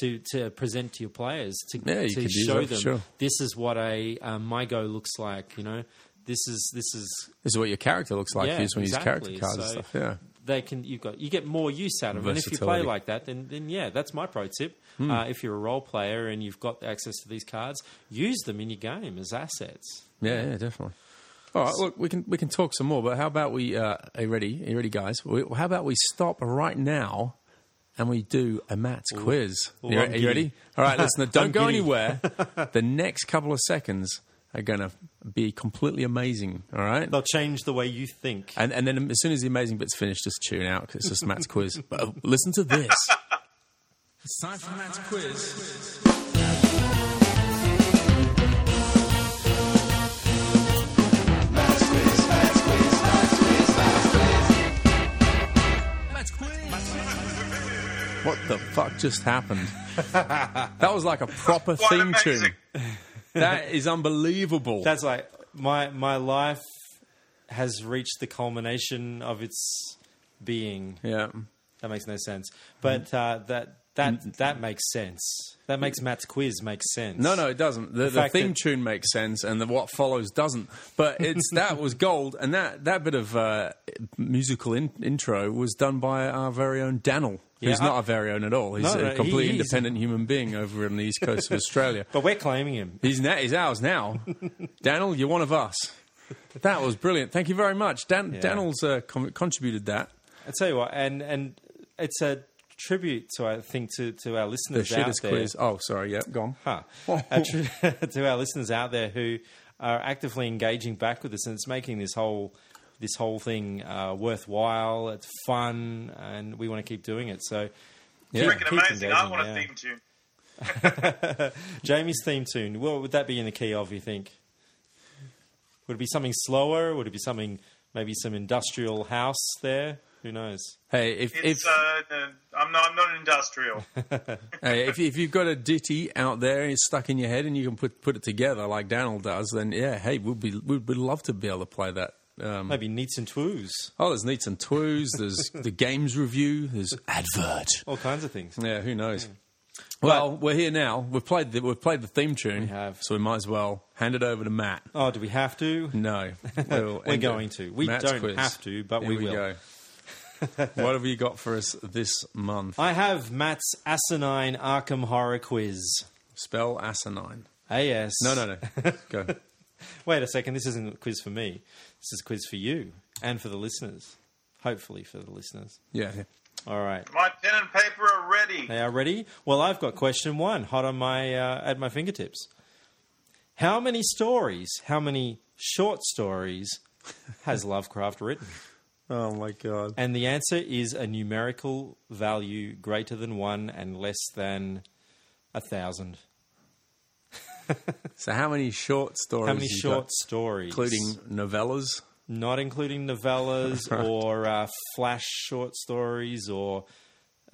S5: To, to present to your players to,
S4: Yeah, you
S5: to
S4: could use
S5: show
S4: that for
S5: them
S4: sure.
S5: this is what a um, my go looks like you know this is this is
S4: This is what your character looks like.
S5: Yeah,
S4: you just want to
S5: exactly.
S4: use character cards
S5: So-
S4: and stuff. Yeah,
S5: they can you got you get more use out of them. And if you play
S4: Versatility.
S5: like that, then then yeah, that's my pro tip. Uh, if you're a role player and you've got access to these cards, use them in your game as assets.
S4: yeah, yeah, definitely. All right, look, we can we can talk some more, but how about we? Uh, are you ready? Are you ready, guys? We, how about we stop right now and we do a maths quiz? You,
S5: I'm
S4: are you ready?
S5: giddy.
S4: All right, listener,
S5: I'm
S4: don't go
S5: giddy.
S4: anywhere. the next couple of seconds are going to be completely amazing. All right.
S5: They'll change the way you think.
S4: And, and then as soon as the amazing bit's finished, just tune out because it's just Matt's quiz. But uh, listen to this. It's time for Matt's quiz. What the fuck just happened? that was like a proper
S6: Quite
S4: theme
S6: amazing.
S4: tune. That is unbelievable.
S5: That's like my my life has reached the culmination of its being.
S4: yeah.
S5: That makes no sense, but uh, that that that makes sense. That makes Matt's quiz make sense.
S4: No, no, it doesn't. The, the,
S5: fact
S4: theme
S5: that-
S4: tune makes sense, and the what follows doesn't. But it's that was gold, and that that bit of uh, musical in, intro was done by our very own Daniel, who's
S5: Yeah, I-
S4: not our very own at all. He's
S5: No, no,
S4: a completely
S5: he- he's-
S4: independent human being over on the east coast of Australia.
S5: But we're claiming him.
S4: He's, na- he's ours now. Daniel, you're one of us. That was brilliant. Thank you very much. Dan- Daniel's uh, com- contributed that.
S5: I tell you what, and and it's a tribute to I think to, to our
S4: The
S5: listeners out
S4: shittest
S5: there.
S4: quiz. Oh, sorry. Yeah, gone.
S5: Huh. A tri- to our listeners out there who are actively engaging back with us, and it's making this whole this whole thing uh, worthwhile. It's fun, and we want to keep doing it. So,
S4: Yeah.
S5: keep-
S6: Freaking
S5: keep
S6: amazing! I
S5: engaging,
S6: want
S5: yeah.
S6: a theme tune.
S5: Jamie's theme tune. What would that be in the key of? You think? Would it be something slower? Would it be something maybe some industrial house there? Who knows?
S4: Hey, if,
S6: It's
S4: if
S6: uh, uh, I'm not I'm not an industrial.
S4: Hey, if, if you've got a ditty out there, it's stuck in your head, and you can put put it together like Daniel does, then yeah, hey, we'd be we'd, we'd love to be able to play that. Um,
S5: Maybe neats and twos,
S4: oh, there's neats and twos. There's the games review. There's advert.
S5: all kinds of things.
S4: Yeah, who knows?
S5: Hmm.
S4: Well, we're here now. We've played the, we've played the theme tune. We
S5: have.
S4: so we might as well hand it over to Matt.
S5: Oh, do we have to?
S4: No, we'll
S5: We're
S4: end
S5: going
S4: it.
S5: to. We
S4: Matt's
S5: don't
S4: quiz.
S5: have to, but
S4: Here
S5: we
S4: we
S5: will.
S4: go. what have you got for us this month?
S5: I have Matt's asinine Arkham horror quiz.
S4: Spell asinine.
S5: AS.
S4: No, no, no. go.
S5: Wait a second. This isn't a quiz for me. This is a quiz for you and for the listeners. Hopefully, for the listeners.
S4: Yeah.
S5: All right.
S6: My pen and paper are ready. ready.
S5: They are ready. Well, I've got question one hot on my uh, at my fingertips. How many stories? How many short stories has Lovecraft written?
S4: Oh my god.
S5: And the answer is a numerical value greater than one and less than a thousand.
S4: So how many short stories?
S5: How many
S4: you
S5: short
S4: got,
S5: stories,
S4: including novellas?
S5: not including novellas or uh, flash short stories or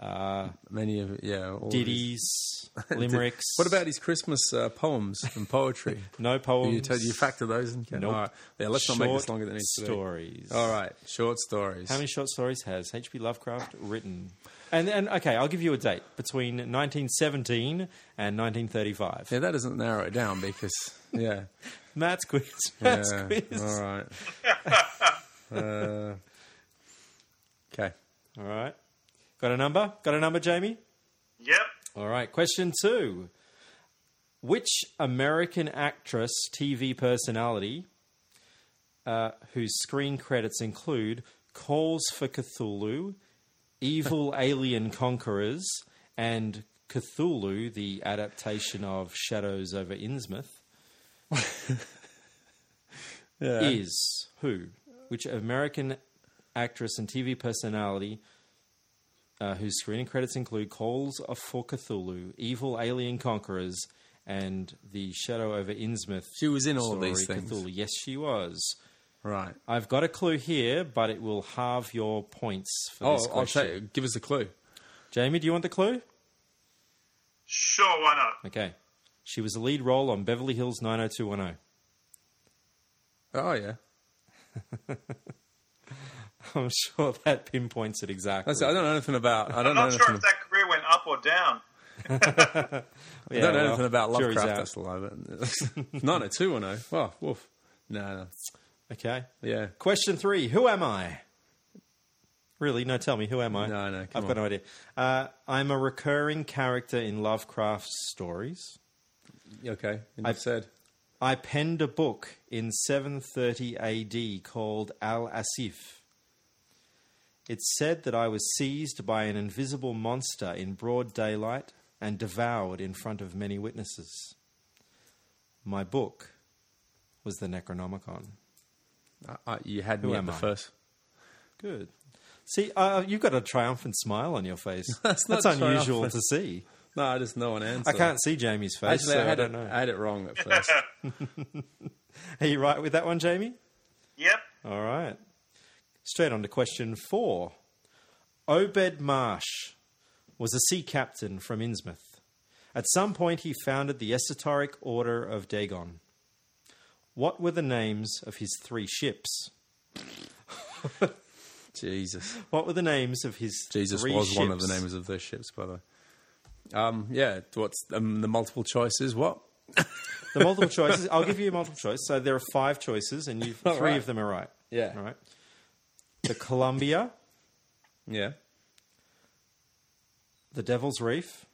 S5: uh,
S4: Many of yeah. all of his-
S5: ditties,
S4: Did-
S5: limericks?
S4: What about his Christmas uh, poems and poetry?
S5: no poems?
S4: You, tell, you factor those in? Okay.
S5: Nope.
S4: All right. Yeah, let's not make this
S5: Short
S4: longer than it needs to be.
S5: stories.
S4: All right. Short stories.
S5: How many short stories has H.P. Lovecraft written? And and okay, I'll give you a date between 1917 and 1935.
S4: Yeah, that doesn't narrow it down because, yeah.
S5: Matt's quiz. Matt's
S4: yeah.
S5: quiz.
S4: All right. Uh, okay.
S5: All right. Got a number? Got a number, Jamie?
S6: Yep.
S5: All right. Question two. Which American actress, TV personality, uh, whose screen credits include Calls for Cthulhu, Evil Alien Conquerors, and Cthulhu, the adaptation of Shadows over Innsmouth, is who? Which American actress and TV personality uh, whose screening credits include Calls of for Cthulhu, Evil Alien Conquerors, and The Shadow over Innsmouth.
S4: She was in all of
S5: story,
S4: these things.
S5: Cthulhu. Yes, she was.
S4: Right.
S5: I've got a clue here, but it will halve your points for
S4: Oh,
S5: this
S4: I'll
S5: question.
S4: tell you. Give us a clue.
S5: Jamie, do you want the clue?
S6: Sure, why not?
S5: Okay. She was a lead role on Beverly Hills 90210.
S4: Oh, yeah.
S5: I'm sure that pinpoints it exactly.
S4: That's, I don't know anything about. I don't
S6: I'm
S4: know
S6: not
S4: anything
S6: sure if that career went up or down.
S5: Yeah,
S4: don't know
S5: well,
S4: anything about
S5: jury's
S4: Lovecraft.
S5: out.
S4: That's the lie. But nine oh two one oh. Oh, woof. No, no.
S5: Okay.
S4: Yeah.
S5: Question three Who am I? Really? No, tell me, who am I?
S4: No, no, come
S5: I've
S4: on.
S5: got no idea. Uh, I'm a recurring character in Lovecraft's stories.
S4: Okay.
S5: I-
S4: I've said.
S5: I penned a book in 730 AD called Al Asif. It said that I was seized by an invisible monster in broad daylight and devoured in front of many witnesses. My book was the Necronomicon.
S4: I, I, you had
S5: Who
S4: me
S5: am
S4: at the
S5: I?
S4: first.
S5: Good. See, uh, you've got a triumphant smile on your face. That's,
S4: not
S5: unusual
S4: triumphant.
S5: to see.
S4: No, I just know an answer.
S5: I can't see Jamie's face,
S4: Actually,
S5: so
S4: I,
S5: I,
S4: had
S5: don't
S4: it,
S5: know.
S4: I had it wrong at first.
S5: Are you right with that one, Jamie?
S6: Yep.
S5: All right. Straight on to question four. Obed Marsh was a sea captain from Innsmouth. At some point, he founded the Esoteric Order of Dagon. What were the names of his three ships?
S4: Jesus.
S5: What were the names of his
S4: Jesus
S5: three
S4: was one of the
S5: ships?
S4: names of those ships, by the way. Um, yeah. What's um, the multiple choice is what?
S5: The multiple choices. I'll give you a multiple choice. So there are five choices, and you three
S4: All right.
S5: of them are right.
S4: Yeah.
S5: All right. The Columbia,
S4: Yeah.
S5: the Devil's Reef,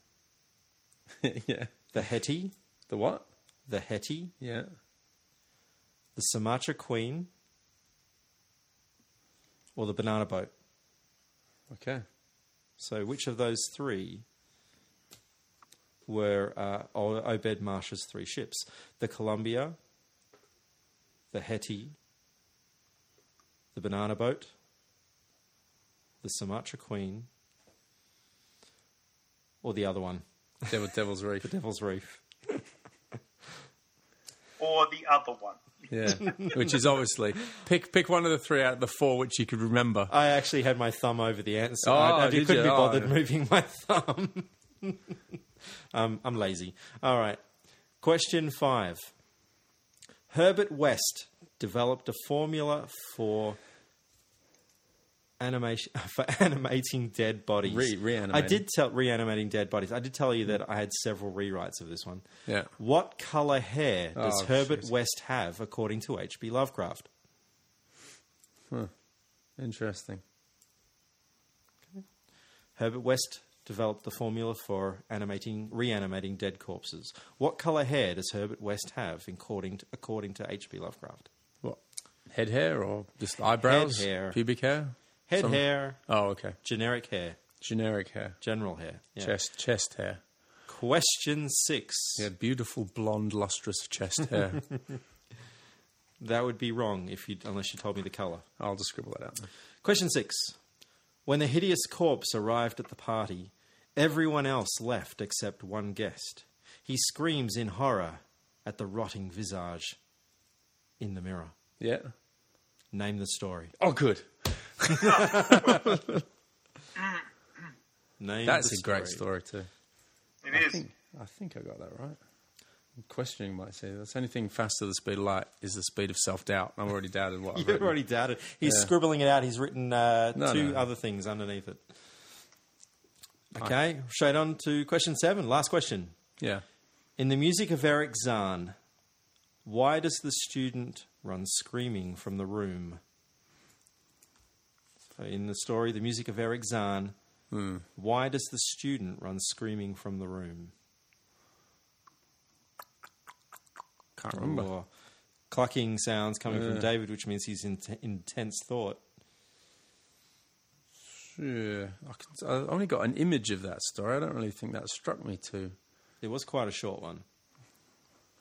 S4: yeah.
S5: the Hetty,
S4: The what?
S5: the Hetty,
S4: Yeah.
S5: the Sumatra Queen, or the Banana Boat.
S4: Okay.
S5: So which of those three were uh, O- Obed Marsh's three ships? The Columbia, the Hetty, the Banana Boat, the Sumatra Queen, or the other one,
S4: Devil, Devil's Reef.
S5: Devil's Reef.
S6: Or the other one.
S4: Yeah. Which is obviously pick pick one of the three out of the four which you could remember.
S5: I actually had my thumb over the answer.
S4: Oh,
S5: I, I
S4: did
S5: couldn't
S4: you?
S5: be
S4: Oh.
S5: bothered moving my thumb. um, I'm lazy. All right. Question five. Herbert West developed a formula for animation for animating dead bodies.
S4: Re- reanimating.
S5: I did tell reanimating dead bodies. I did tell you that I had several rewrites of this one.
S4: Yeah.
S5: What color hair does
S4: Oh,
S5: Herbert
S4: jeez.
S5: West have according to H.P. Lovecraft?
S4: Interesting.
S5: Herbert West developed the formula for animating, reanimating dead corpses. What color hair does Herbert West have, according to, according to H.P. Lovecraft?
S4: What? Head hair or just eyebrows?
S5: hair.
S4: Pubic hair?
S5: Head
S4: Some-
S5: hair,
S4: Oh, okay.
S5: generic hair.
S4: Generic hair.
S5: General hair. Yeah.
S4: Chest chest hair.
S5: Question six.
S4: Yeah, beautiful blonde, lustrous chest hair.
S5: That would be wrong if you unless you told me the color.
S4: I'll just scribble that out. then.
S5: Question six. When the hideous corpse arrived at the party, everyone else left except one guest. He screams in horror at the rotting visage in the mirror.
S4: Yeah.
S5: Name the story.
S4: Oh, good.
S5: Name
S4: That's
S5: the
S4: a great story too.
S6: It is.
S4: I think, I think I got that right. I'm questioning myself. That's anything faster than the speed of light is the speed of self doubt. I've already doubted what I've
S5: You've
S4: written.
S5: already doubted. He's scribbling it out. He's written uh,
S4: No,
S5: two
S4: no.
S5: other things underneath it. Okay, straight on to question seven. Last question.
S4: Yeah.
S5: In the music of Eric Zahn, why does the student run screaming from the room? So in the story, the music of Eric Zahn,
S4: Hmm.
S5: why does the student run screaming from the room?
S4: Can't remember.
S5: Or clucking sounds coming from David, which means he's in intense thought.
S4: Yeah. I, could, I only got an image of that story. I don't really think that struck me too.
S5: It was quite a short one.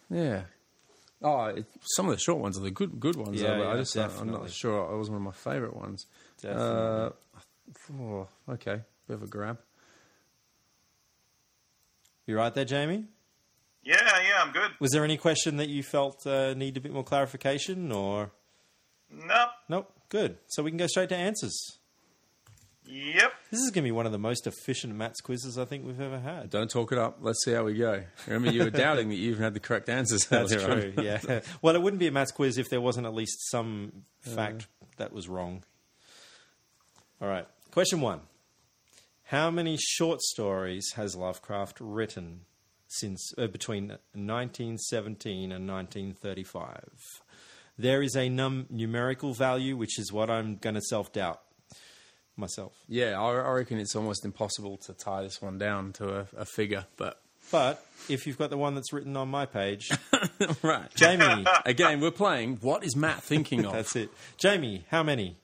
S4: Yeah. Oh, it, some of the short ones are the good good ones.
S5: Yeah,
S4: though, but I
S5: yeah,
S4: just don't- I'm
S5: definitely.
S4: not sure. It was one of my favourite ones. Uh,
S5: Definitely.
S4: oh, okay, bit of a grab.
S5: You right there, Jamie?
S6: Yeah, yeah, I'm good.
S5: Was there any question that you felt uh, needed a bit more clarification or?
S6: Nope.
S5: Nope. Good. So we can go straight to answers.
S6: Yep.
S5: This is going to be one of the most efficient Matt's quizzes I think we've ever had.
S4: Don't talk it up. Let's see how we go. Remember, you were doubting that you even had the correct answers.
S5: That's
S4: earlier on.
S5: true. Yeah. well, it wouldn't be a Matt's quiz if there wasn't at least some fact that was wrong. All right. Question one How many short stories has Lovecraft written since uh, between 1917 and 1935? There is a num- numerical value, which is what I'm going to self doubt myself.
S4: Yeah, I, I reckon it's almost impossible to tie this one down to a, a figure. But
S5: But if you've got the one that's written on my page,
S4: right,
S5: Jamie,
S4: again, we're playing. What is Matt thinking of?
S5: that's it. Jamie, how many?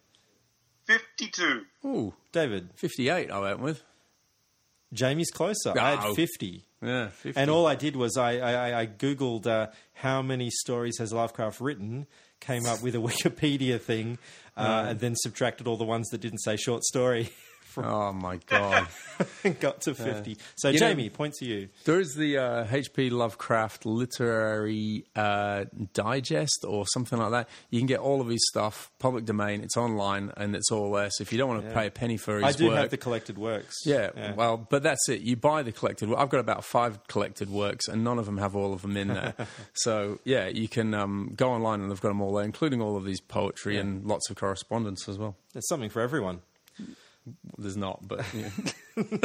S6: 52.
S4: Ooh,
S5: David,
S4: 58 I went with.
S5: Jamie's closer. I
S4: Oh.
S5: had 50.
S4: Yeah, 50.
S5: And all I did was I, I, I- I Googled uh, how many stories has Lovecraft written, came up with a Wikipedia thing, uh,
S4: Ah.
S5: and then subtracted all the ones that didn't say short story from,
S4: Oh my god.
S5: and got to 50. so,
S4: Ah. You know-
S5: Jamie, point to you.
S4: There is the uh, H.P. Lovecraft Literary uh, Digest or something like that. You can get all of his stuff, public domain. It's online and it's all there. So if you don't want to pay a penny for his
S5: I do
S4: work,
S5: have the collected works.
S4: yeah, well, but that's it. You buy the collected. I've got about five collected works, and none of them have all of them in there. so yeah, you can um, go online and they've got them all there, including all of these poetry and lots of correspondence as well.
S5: There's something for everyone.
S4: There's not, but yeah.
S5: Oh,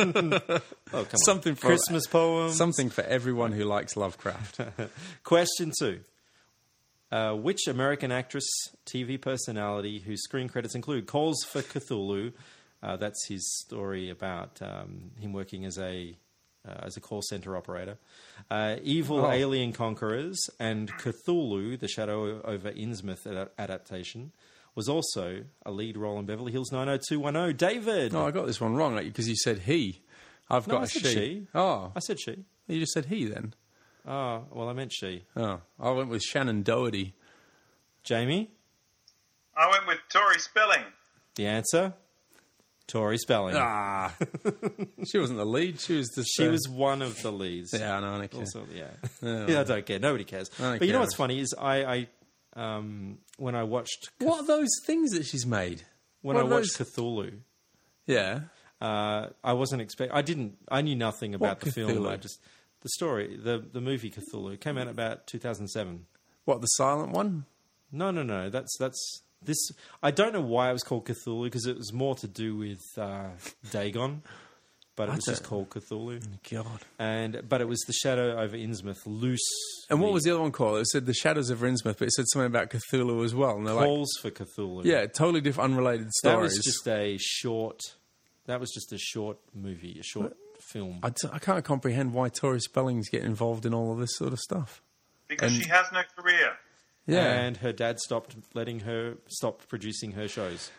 S5: come on.
S4: something for
S5: Christmas poems.
S4: something for everyone who likes Lovecraft.
S5: Question two. Uh, which American actress, TV personality, whose screen credits include Calls for Cthulhu, uh, that's his story about um, him working as a uh, as a call center operator, uh, Evil Alien Conquerors, and Cthulhu, the Shadow over Innsmouth ad- adaptation, was also a lead role in Beverly Hills 90210. David!
S4: No, I got this one wrong because you said he. I've
S5: No,
S4: got
S5: I
S4: a
S5: said
S4: she.
S5: she.
S4: Oh,
S5: I said she.
S4: you just said he then.
S5: Oh, well, I meant she.
S4: Oh, I went with Shannon Doherty.
S5: Jamie?
S6: I went with Tori Spelling.
S5: The answer? Tori Spelling.
S4: Ah, she wasn't the lead. She was just.
S5: She
S4: uh,
S5: was one of the leads.
S4: Yeah, no, I don't care.
S5: Also, yeah. Yeah, I don't care. Nobody cares.
S4: don't
S5: But you know
S4: care.
S5: what's funny is I, I um, when I watched
S4: What are those things that she's made?
S5: when
S4: What
S5: I
S4: are
S5: watched
S4: those-
S5: Cthulhu,
S4: yeah,
S5: uh, I wasn't expect. I didn't. I knew nothing about the film.
S4: Cthulhu?
S5: I just the story, the the movie Cthulhu came out about 2007.
S4: what the silent one?
S5: No, no, no. That's that's this. I don't know why it was called Cthulhu because it was more to do with uh, Dagon, but it was just called Cthulhu.
S4: God.
S5: And but it was the Shadow over Innsmouth, loose.
S4: And what was the other one called? It said the Shadows of Rinsmouth, but it said something about Cthulhu as well. And they're like,
S5: calls for Cthulhu?
S4: yeah, totally different, unrelated
S5: That
S4: stories.
S5: was just a short. That was just a short movie, a short film.
S4: I, t- I can't comprehend why Tori Spelling's get involved in all of this sort of stuff.
S6: Because
S4: And-
S6: she has no career.
S4: Yeah,
S5: And her dad stopped letting her stop producing her shows.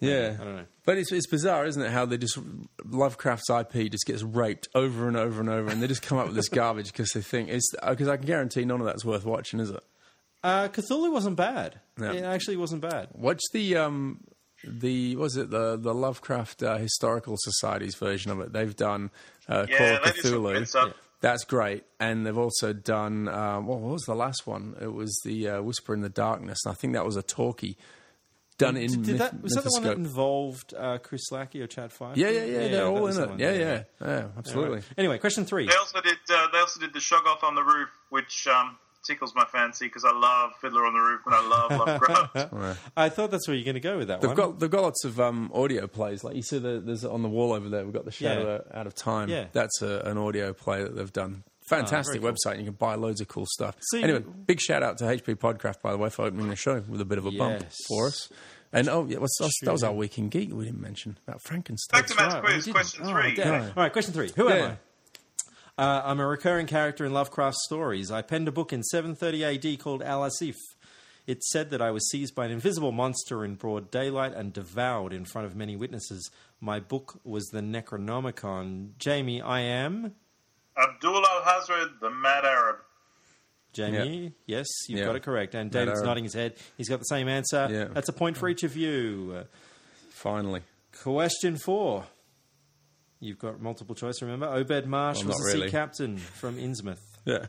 S4: Yeah,
S5: I don't know.
S4: But it's, it's bizarre, isn't it? How they just Lovecraft's IP just gets raped over and over and over, and they just come up with this garbage because they think it's because I can guarantee none of that's worth watching, is it?
S5: Uh, Cthulhu wasn't bad.
S4: No. Mm,
S5: It actually wasn't bad.
S4: Watch the um the what was it the the Lovecraft uh, Historical Society's version of it. They've done uh, Call
S6: Yeah,
S4: of
S6: they do some
S4: Cthulhu.
S6: good stuff. Yeah.
S4: That's great, and they've also done uh, what was the last one? It was the uh, Whisper in the Darkness, and I think that was a talkie done in
S5: Did, did
S4: myth-
S5: that was that the one that
S4: mythoscope.
S5: involved uh, Chris Lackey or Chad Pfeiffer?
S4: Yeah, yeah, yeah, they're
S5: that
S4: all
S5: was
S4: in
S5: the
S4: it.
S5: one,
S4: Yeah, yeah, yeah, absolutely.
S5: Anyway, question three.
S6: They also did. Uh, they also did the Shoggoth on the Roof, which um, tickles my fancy because I love Fiddler on the Roof and I love Lovecraft.
S5: I thought that's where you're going to go with that
S4: They've
S5: one.
S4: got they've got lots of um, audio plays. Like you see, the, there's on the wall over there. We've got the Shadow Out of Time.
S5: Yeah. Ah,
S4: that's a, an audio play that they've done. Fantastic
S5: cool.
S4: website. and You can buy loads of cool stuff.
S5: So you-
S4: anyway, big shout out to HP Podcraft by the way for opening the show with a bit of a bump
S5: Yes.
S4: for us. And oh yeah, what's, that's- that was our week in geek we didn't mention about Frankenstein.
S6: Back to Matt's
S5: right, we
S6: quiz.
S5: didn't.
S6: Question
S5: Oh,
S6: three.
S5: damn it. All right, question three. Who
S4: Yeah.
S5: am I? Uh, I'm a recurring character in Lovecraft stories. I penned a book in 730 AD called Al Asif. It said that I was seized by an invisible monster in broad daylight and devoured in front of many witnesses. My book was the Necronomicon. Jamie, I am.
S6: Abdul Al Hazred, the Mad Arab.
S5: Jamie, yes, you've
S4: Yeah.
S5: got it correct. And
S4: Mad
S5: David's
S4: Arab.
S5: nodding his head. He's got the same answer.
S4: Yeah.
S5: That's a point for each of you.
S4: Finally,
S5: Question four. You've got multiple choice, remember? Obed Marsh
S4: Well,
S5: was
S4: not
S5: a
S4: really.
S5: sea captain from Innsmouth.
S4: yeah.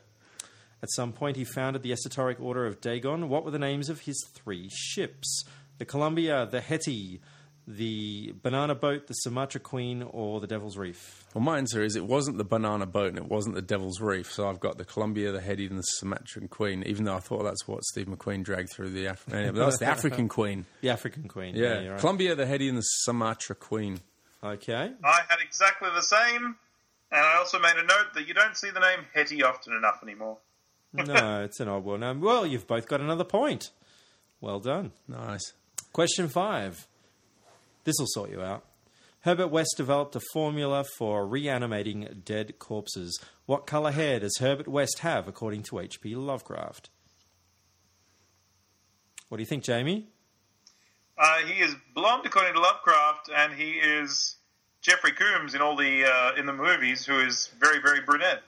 S5: At some point, he founded the Esoteric Order of Dagon. What were the names of his three ships? The Columbia, the Hetty, the Banana Boat, the Sumatra Queen, or the Devil's Reef?
S4: Well, my answer is it wasn't the banana boat and it wasn't the Devil's Reef. So I've got the Columbia, the Heady, and the Sumatran Queen. Even though I thought that's what Steve McQueen dragged through the Af- anyway, but that's the African Queen.
S5: The African Queen.
S4: Yeah,
S5: you're
S4: Columbia, the Heady, and the Sumatra Queen.
S5: right. Okay.
S6: I had exactly the same, and I also made a note that you don't see the name Hetty often enough anymore.
S5: No, it's an odd one. Um, well, you've both got another point. Well done.
S4: Nice.
S5: Question five. This will sort you out. Herbert West developed a formula for reanimating dead corpses. What color hair does Herbert West have, according to H.P. Lovecraft? What do you think, Jamie?
S6: Uh, he is blonde according to Lovecraft, and he is Jeffrey Coombs in all the uh, in the movies, who is very very brunette.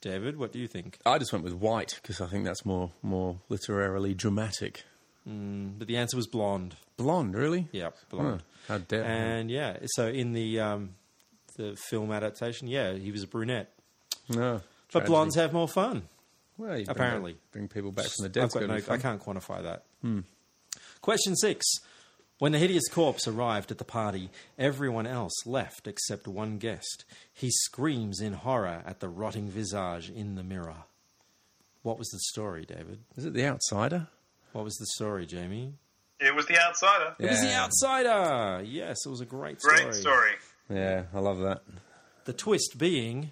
S5: David, what do you think?
S4: I just went with white because I think that's more more literarily dramatic.
S5: But the answer was blonde.
S4: Blonde, really?
S5: Yeah,
S4: Huh,
S5: blonde.
S4: how dare
S5: And yeah, so in the um, the film adaptation, yeah, he was a brunette.
S4: no?
S5: But blondes have more fun.
S4: well, you bring-
S5: apparently.
S4: bring people back from the dead.
S5: I've got no, I can't quantify that. Hmm. Question six. When the hideous corpse arrived at the party, everyone else left except one guest. He screams in horror at the rotting visage in the mirror. What was the story, David?
S4: Is it the outsider?
S5: What was the story, Jamie?
S6: It was The Outsider.
S5: It was The
S4: Yeah.
S5: Outsider! Yes, it was a great story.
S6: Great story.
S4: Yeah, I love that.
S5: The twist being.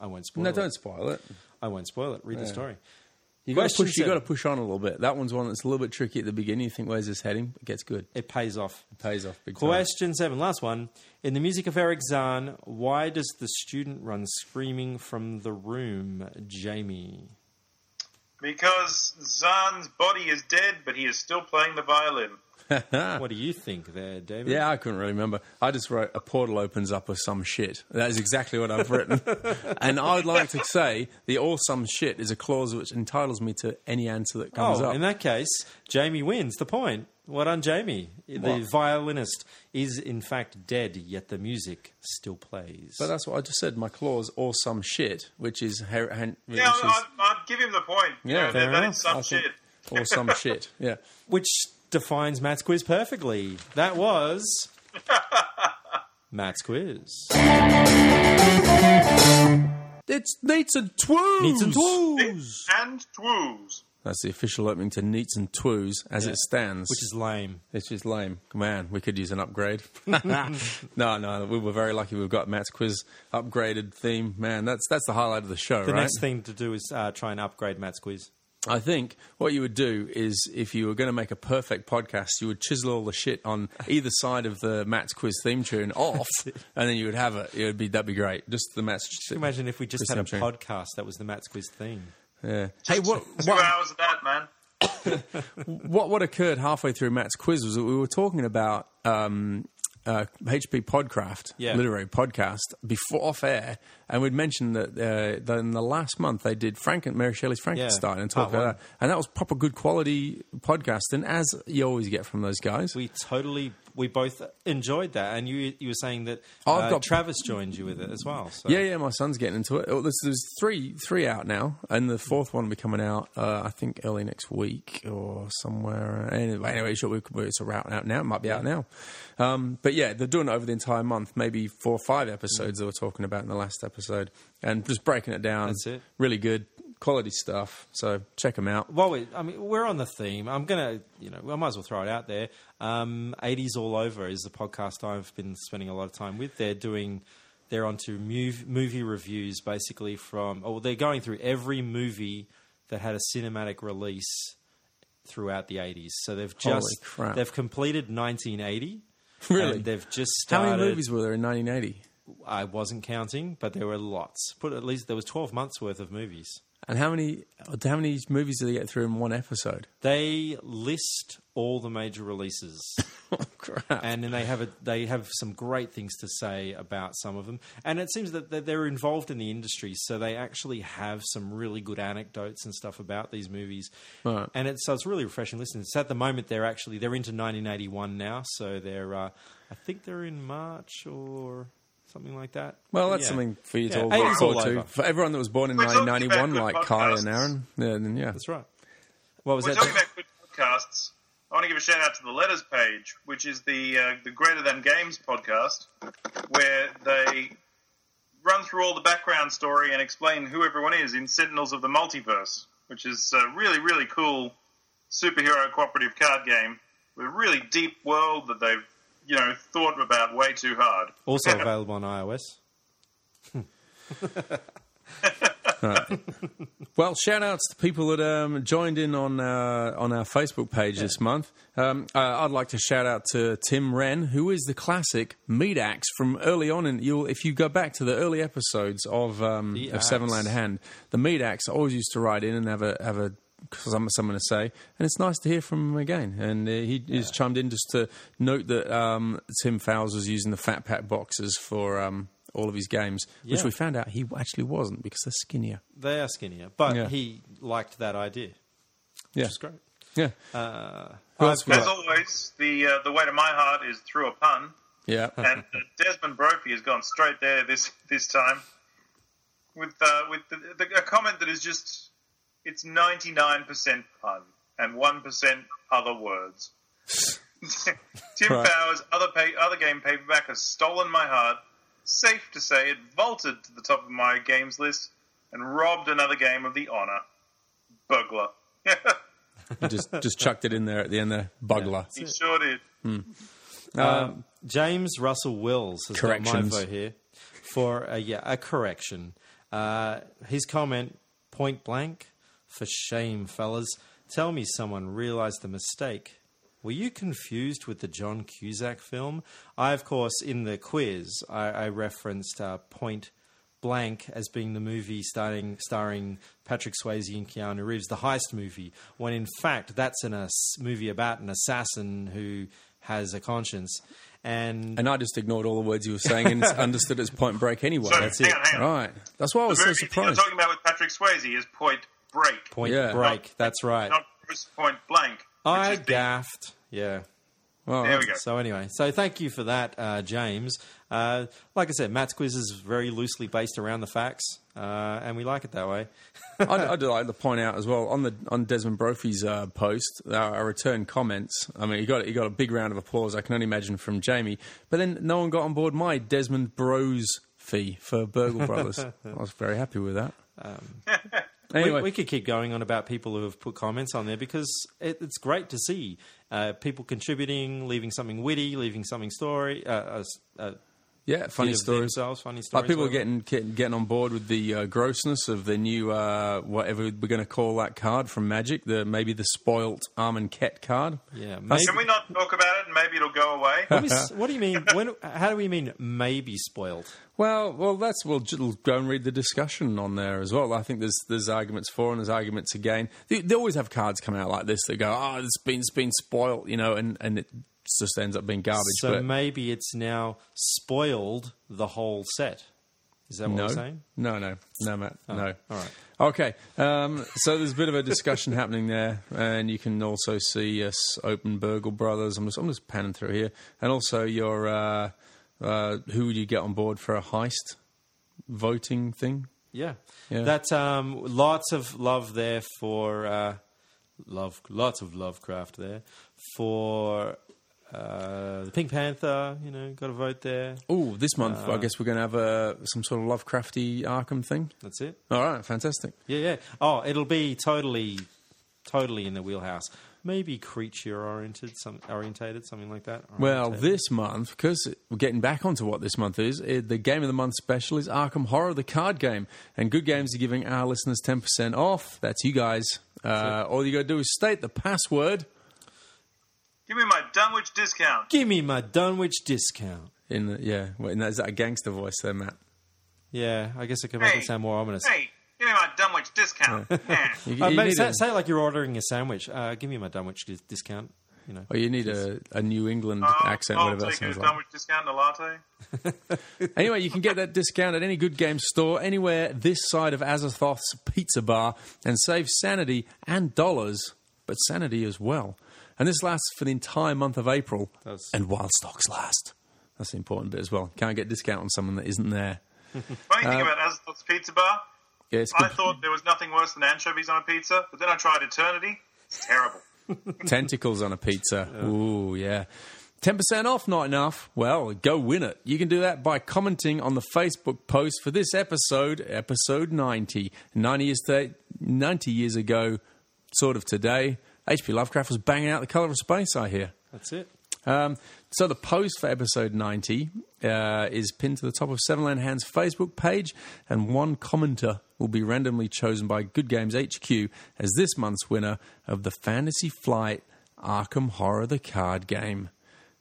S5: I won't spoil
S4: No,
S5: it.
S4: don't spoil it.
S5: I won't spoil it. Read the story.
S4: You got to
S5: Question
S4: push. You got
S5: seven.
S4: to push on a little bit. That one's one that's a little bit tricky at the beginning. You think, "Where's this heading?" It gets good.
S5: It pays off.
S4: It pays off big time.
S5: Question seven, last one. In the music of Eric Zahn, why does the student run screaming from the room, Jamie?
S6: Because Zahn's body is dead, but he is still playing the violin.
S5: What do you think there, David?
S4: Yeah, I couldn't really remember. I just wrote a portal opens up or some shit. That is exactly what I've written. and I would like to say the or some shit is a clause which entitles me to any answer that comes
S5: Oh,
S4: up.
S5: in that case, Jamie wins the point. Well done, Jamie. The violinist is, in fact, dead, yet the music still plays.
S4: but uh, that's what I just said. My clause or some shit, which is her- hen-
S6: Yeah,
S4: which is-
S6: I'd, I'd give him the point.
S4: Yeah,
S6: Yeah,
S4: fair
S6: that, that
S4: enough.
S6: is some
S4: I think-
S6: shit.
S4: or some shit. Yeah,
S5: Which defines Matt's quiz perfectly. That was. Matt's quiz.
S4: it's neats and twos.
S5: Needs and twos!
S6: And Twos.
S4: That's the official opening to neats and twos as it stands,
S5: Which is lame.
S4: It's just lame. Man, we could use an upgrade. no, no, we were very lucky. We've got Matt's quiz upgraded theme. Man, that's that's the highlight of the show,
S5: The
S4: right?
S5: next thing to do is uh, try and upgrade Matt's quiz.
S4: I think what you would do is, if you were going to make a perfect podcast, you would chisel all the shit on either side of the Matt's quiz theme tune off, and then you would have it. It would be that'd be great. Just the Matt's.
S5: Can you imagine if we just
S4: Quiz
S5: had a
S4: theme tune.
S5: podcast that was the Matt's quiz theme?
S4: Yeah. Hey, what?
S6: Two
S4: what
S6: hours of that, man.
S4: what what occurred halfway through Matt's quiz was that we were talking about um, uh, HP Podcraft,
S5: Yeah.
S4: literary podcast, before off air, and we'd mentioned that, uh, that in the last month they did Franken Mary Shelley's Frankenstein and talked
S5: part one.
S4: about that, and that was proper good quality podcasting, as you always get from those guys.
S5: We totally, we both enjoyed that, and you you were saying that
S4: Oh, I've
S5: uh,
S4: got-
S5: Travis joined you with it as well. So.
S4: yeah, yeah, my son's getting into it. Oh, there's, there's three three out now, and the fourth one will be coming out, uh, I think, early next week or somewhere. Anyway, anyway sure, we- we- it's a route out now. It might be out now. Um, but yeah, they're doing it over the entire month, maybe four or five episodes that we're talking about in the last episode, and just breaking it down.
S5: That's it.
S4: Really good quality stuff. So check them out.
S5: Well, we, I mean, we're on the theme. I'm gonna, you know, I might as well throw it out there. Um, 80s all over is the podcast I've been spending a lot of time with. They're doing, they're onto mov- movie reviews basically from. Oh, they're going through every movie that had a cinematic release throughout the 80s. So they've
S4: Holy
S5: just
S4: crap.
S5: they've completed 1980.
S4: Really?
S5: And they've just
S4: How
S5: started.
S4: many movies were there in 1980?
S5: I wasn't counting, but there were lots. Put at least there was 12 months worth of movies.
S4: And how many how many movies do they get through in one episode?
S5: They list all the major releases.
S4: Oh, crap.
S5: and then they have a, they have some great things to say about some of them. And it seems that that they're involved in the industry, so they actually have some really good anecdotes and stuff about these movies.
S4: Right.
S5: And it's so it's really refreshing. Listen, it's at the moment they're actually they're into 1981 now, so they're uh, I think they're in March or something like that.
S4: Well, that's
S5: Yeah.
S4: something for you to
S5: Yeah,
S4: all
S5: 80s
S4: look forward
S5: all
S4: to.
S5: over.
S4: For everyone that was born in
S6: We're talking
S4: 1991,
S6: about good
S4: like Kai and
S6: podcasts.
S4: Aaron, yeah, then yeah.
S5: That's right. What was
S6: We're
S5: that?
S6: talking about good podcasts. I want to give a shout out to the Letters page, which is the uh, the Greater Than Games podcast, where they run through all the background story and explain who everyone is in Sentinels of the Multiverse, which is a really really cool superhero cooperative card game with a really deep world that they've you know thought about way too hard.
S5: also available on iOS.
S4: Well, shout outs to people that um, joined in on uh, on our Facebook page this month. Um, uh, I'd like to shout out to Tim Wren, who is the classic meat axe from early on. And you'll, if you go back to the early episodes of um,
S5: The
S4: of Seven
S5: Axe.
S4: Land Hand, the meat axe always used to write in and have a have a some, someone to say, and it's nice to hear from him again. And uh, he he's chimed in just to note that um, Tim Fowles was using the Fat Pack boxes for. Um, all of his games, which
S5: Yeah.
S4: we found out he actually wasn't because they're skinnier.
S5: They are skinnier, but
S4: Yeah.
S5: he liked that idea, which
S4: Yeah,
S5: is great.
S4: yeah.
S5: Uh,
S4: Who else we
S6: As
S4: got?
S6: always, the uh, the way to my heart is through a pun.
S4: Yeah.
S6: and uh, Desmond Brophy has gone straight there this this time with uh, with the, the, a comment that is just it's ninety nine percent pun and one percent other words. Tim
S4: Right.
S6: Powers' other pa- other game paperback has stolen my heart. Safe to say, it vaulted to the top of my games list and robbed another game of the honor. Burglar.
S4: You just just chucked it in there at the end there. Bugler.
S6: he sure did.
S5: James Russell Wills has got my
S4: Corrections.
S5: vote here for a, yeah, a correction. Uh, his comment, point blank, for shame, fellas. Tell me someone realized the mistake. Were you confused with the John Cusack film? I, of course, in the quiz, I, I referenced uh, point blank as being the movie starting, starring Patrick Swayze and Keanu Reeves, the heist movie, when in fact that's an ass- movie about an assassin who has a conscience. And
S4: And I just ignored all the words you were saying and it's understood as point break anyway.
S6: Sorry,
S4: That's
S6: hang
S4: it.
S6: on, hang on.
S4: Right. That's why I
S6: The
S4: was so
S6: movie that you're
S4: surprised.
S6: talking about with Patrick Swayze is Point Break,
S5: Point
S4: Yeah.
S5: Break. That's right.
S6: not Point Blank. which
S5: I
S6: is the-
S5: gaffed. Yeah.
S4: Well,
S6: There we go.
S5: So anyway, so thank you for that, uh, James. Uh, like I said, Matt's quiz is very loosely based around the facts, uh, and we like it that way.
S4: I'd, I'd like to point out as well on the on Desmond Brophy's uh, post, uh, our return comments. I mean, he got he got a big round of applause. I can only imagine from Jamie. But then no one got on board my Desmond Bros fee for Burgle Brothers. I was very happy with that.
S6: Um,
S4: anyway,
S5: We, we could keep going on about people who have put comments on there because it, it's great to see uh, people contributing, leaving something witty, leaving something story, uh, uh, s- uh,
S4: Yeah, funny
S5: Bit of
S4: stories.
S5: Themselves, funny stories.
S4: Like people are
S5: whatever.
S4: getting get- getting on board with the uh, grossness of the new uh, whatever we're going to call that card from Magic, the maybe the spoilt Armand Ket card.
S5: Yeah,
S4: That's-
S6: Can we not talk about it and maybe it'll go away?
S5: What is- what do you mean? When, how do we mean maybe spoiled?
S4: Well, well, that's we'll j- go and read the discussion on there as well. I think there's there's arguments for and there's arguments against. They, they always have cards coming out like this that go, oh, it's been it's been spoilt, you know, and and it just ends up being garbage.
S5: So
S4: but
S5: maybe it's now spoiled the whole set. Is that what
S4: no,
S5: I'm saying?
S4: no, no, no, Matt, no.
S5: Oh, all right.
S4: Okay, um, so there's a bit of a discussion happening there, and you can also see us open Burgle Brothers. I'm just, I'm just panning through here, and also your uh, uh, who would you get on board for a heist voting thing?
S5: Yeah.
S4: Yeah.
S5: That um, lots of love there for uh, love. Lots of Lovecraft there for uh, the Pink Panther. You know, got a vote there.
S4: Oh, this month
S5: Uh.
S4: I guess we're going to have a some sort of Lovecrafty Arkham thing.
S5: That's it.
S4: All right, fantastic.
S5: Yeah, yeah. Oh, it'll be totally, totally in the wheelhouse. Maybe creature oriented, some orientated, something like that.
S4: Well,
S5: Orientated.
S4: this month, because we're getting back onto what this month is, eh, the game of the month special is Arkham Horror, the card game. And Good Games are giving our listeners 10% off. That's you guys. Uh, all you got to do is state the password
S6: Give me my Dunwich discount.
S5: give me my Dunwich discount.
S4: in the, yeah, wait, no, is that a gangster voice there, Matt?
S5: Yeah, I guess I could make
S6: Hey.
S5: it sound more ominous.
S6: Hey, give me my Dunwich discount. Yeah.
S4: You,
S5: Uh,
S4: you
S5: mate,
S4: need
S5: say,
S4: a-
S5: say it like you're ordering a sandwich. Uh, give me my Dunwich dis- discount. You know.
S4: oh, you need a, a New England
S6: I'll-
S4: accent,
S6: I'll
S4: whatever that
S6: take a
S4: sounds like.
S6: Dunwich discount and a latte.
S4: Anyway, you can get that discount at any good game store anywhere this side of Azathoth's Pizza Bar and save sanity and dollars, but sanity as well. And this lasts for the entire month of April, and wild stocks last. That's the important bit as well. Can't get discount on someone that isn't there.
S6: Funny
S4: Uh,
S6: thing about Azathoth's Pizza Bar,
S4: Yeah, it's
S6: I
S4: good.
S6: thought there was nothing worse than anchovies on a pizza, but then I tried Eternity. It's terrible.
S4: Tentacles on a pizza. Ooh, yeah. 10% off, not enough. Well, go win it. You can do that by commenting on the Facebook post for this episode, episode 90. 90 years, th- 90 years ago, sort of today, H.P. Lovecraft was banging out The Colour of Space, I hear.
S5: That's it.
S4: Um, so the post for episode 90 uh, is pinned to the top of Seven Land Hand's Facebook page, and one commenter will be randomly chosen by Good Games HQ as this month's winner of the Fantasy Flight Arkham Horror the Card Game.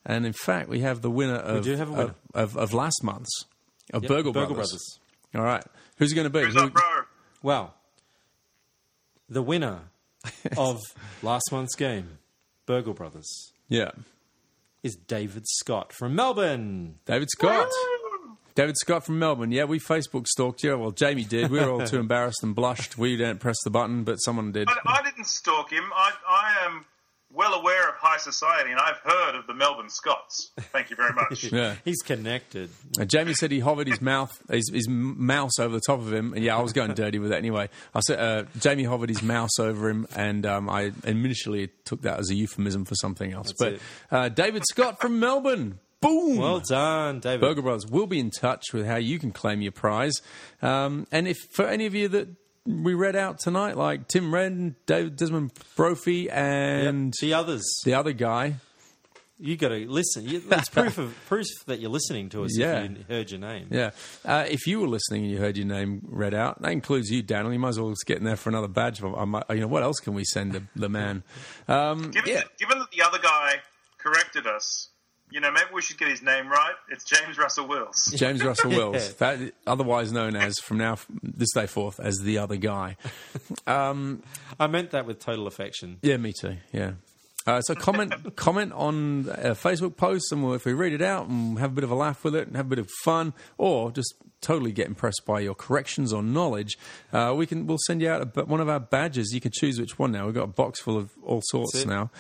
S4: And in fact, we have the winner of
S5: do have a winner.
S4: Of, of, of last month's of Burgle,
S5: Burgle
S4: Brothers.
S5: Brothers.
S4: All right, who's it going to be?
S6: Who's up,
S4: Who-
S6: bro?
S5: Well, the winner of last month's game, Burgle Brothers,
S4: yeah,
S5: is David Scott from Melbourne.
S4: David Scott. David Scott from Melbourne. Yeah, we Facebook stalked you. Well, Jamie did. We were all too embarrassed and blushed. We didn't press the button, but someone did.
S6: But I didn't stalk him. I, I am well aware of high society, and I've heard of the Melbourne Scots. Thank you very much.
S4: Yeah.
S5: He's connected.
S4: And Jamie said he hovered his mouth, his, his m- mouse over the top of him. And yeah, I was going dirty with it anyway. I said uh, Jamie hovered his mouse over him, and um, I initially took that as a euphemism for something else.
S5: That's
S4: but uh, David Scott from Melbourne, boom.
S5: Well done, David.
S4: Burger Brothers will be in touch with how you can claim your prize. Um, and if for any of you that we read out tonight, like Tim Wren, David Desmond Brophy, and
S5: the others.
S4: the other guy,
S5: You got to listen. You- That's proof of proof that you're listening to us.
S4: Yeah.
S5: if you heard your name.
S4: yeah, uh, if you were listening and you heard your name read out, that includes you, Daniel. You might as well just get in there for another badge. I might, you know, what else can we send the, the man? Um,
S6: Given,
S4: yeah.
S6: that, given that the other guy corrected us, you know, maybe we should get his name right. It's James Russell Wills.
S4: James Russell Wills,
S5: Yeah.
S4: that otherwise known as from now this day forth as the other guy.
S5: I meant that with total affection.
S4: Yeah, me too. Yeah. Uh, so comment comment on a Facebook post, and we'll, if we read it out and have a bit of a laugh with it and have a bit of fun, or just totally get impressed by your corrections or knowledge, uh, we can we'll send you out a, b- one of our badges. You can choose which one now. We've got a box full of all sorts
S5: it.
S4: now.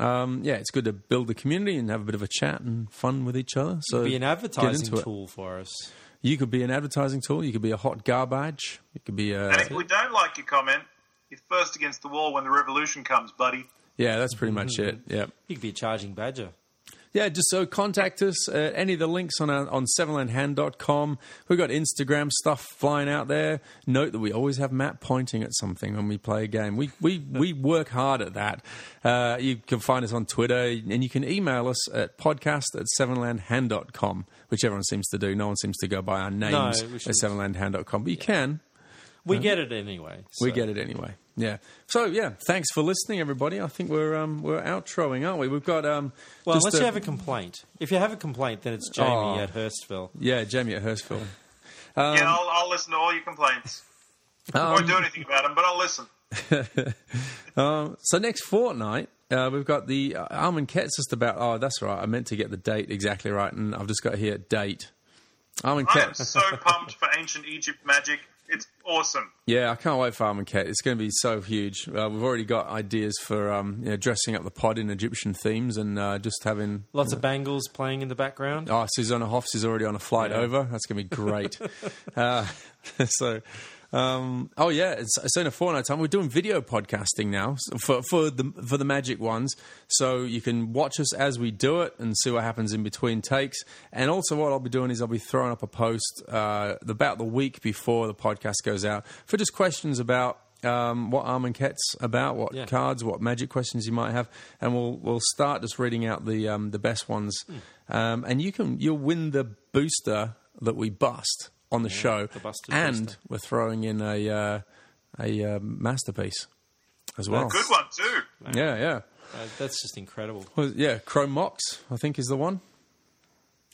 S4: Um, yeah, it's good to build the community and have a bit of a chat and fun with each other. So
S5: Be an
S4: get
S5: advertising
S4: into it.
S5: tool for us.
S4: You could be an advertising tool. You could be a hot garbage. You could be a
S6: And if we don't like your comment, you're first against the wall when the revolution comes, buddy.
S5: Mm-hmm.
S4: yeah. That's pretty much it. Yeah.
S5: You could be a charging badger.
S4: Yeah, just so contact us at any of the links on our, on sevenlandhand.com. We've got Instagram stuff flying out there. Note that we always have Matt pointing at something when we play a game. We we, we work hard at that. Uh, you can find us on Twitter and you can email us at podcast at sevenlandhand.com, which everyone seems to do. No one seems to go by our names
S5: we
S4: at
S5: should.
S4: sevenlandhand.com, but you can.
S5: We get it anyway.
S4: We
S5: so-
S4: get it anyway. Yeah. So yeah, thanks for listening, everybody. I think we're um, we're outroing, aren't we? We've got um.
S5: Well,
S4: just
S5: unless
S4: a-
S5: you have a complaint. If you have a complaint, then it's Jamie
S4: Oh.
S5: at Hurstville.
S4: yeah, Jamie at Hurstville. Um,
S6: yeah, I'll, I'll listen to all your complaints. I won't do anything about them, but I'll listen.
S4: So next fortnight, uh, we've got the uh, Armin Ket's just about. Oh, that's right. I meant to get the date exactly right, and I've just got here date. Armin
S6: I am
S4: Ket.
S6: so pumped for ancient Egypt magic. It's awesome.
S4: Yeah, I can't wait for Armin Ket. It's going to be so huge. Uh, we've already got ideas for um, you know, dressing up the pod in Egyptian themes and uh, just having.
S5: Lots of bangles playing in the background.
S4: Oh, Susanna Hoffs is already on a flight over. That's going to be great. uh, so, um, oh yeah, it's, it's in a fortnight time. We're doing video podcasting now s- for for the for the magic ones. So you can watch us as we do it and see what happens in between takes. And also, what I'll be doing is I'll be throwing up a post uh, about the week before the podcast goes out for just questions about. Um, what Armin Ket's about, what
S5: Yeah.
S4: cards, what magic questions you might have, and we'll we'll start just reading out the um, the best ones,
S5: Hmm.
S4: um, and you can you'll win the booster that we bust on the show,
S5: the busted
S4: and
S5: booster.
S4: we're throwing in a uh, a uh, masterpiece as well.
S6: Good one too.
S4: Yeah, yeah,
S5: Uh, that's just incredible.
S4: well, yeah. Chrome Mox, I think, is the one.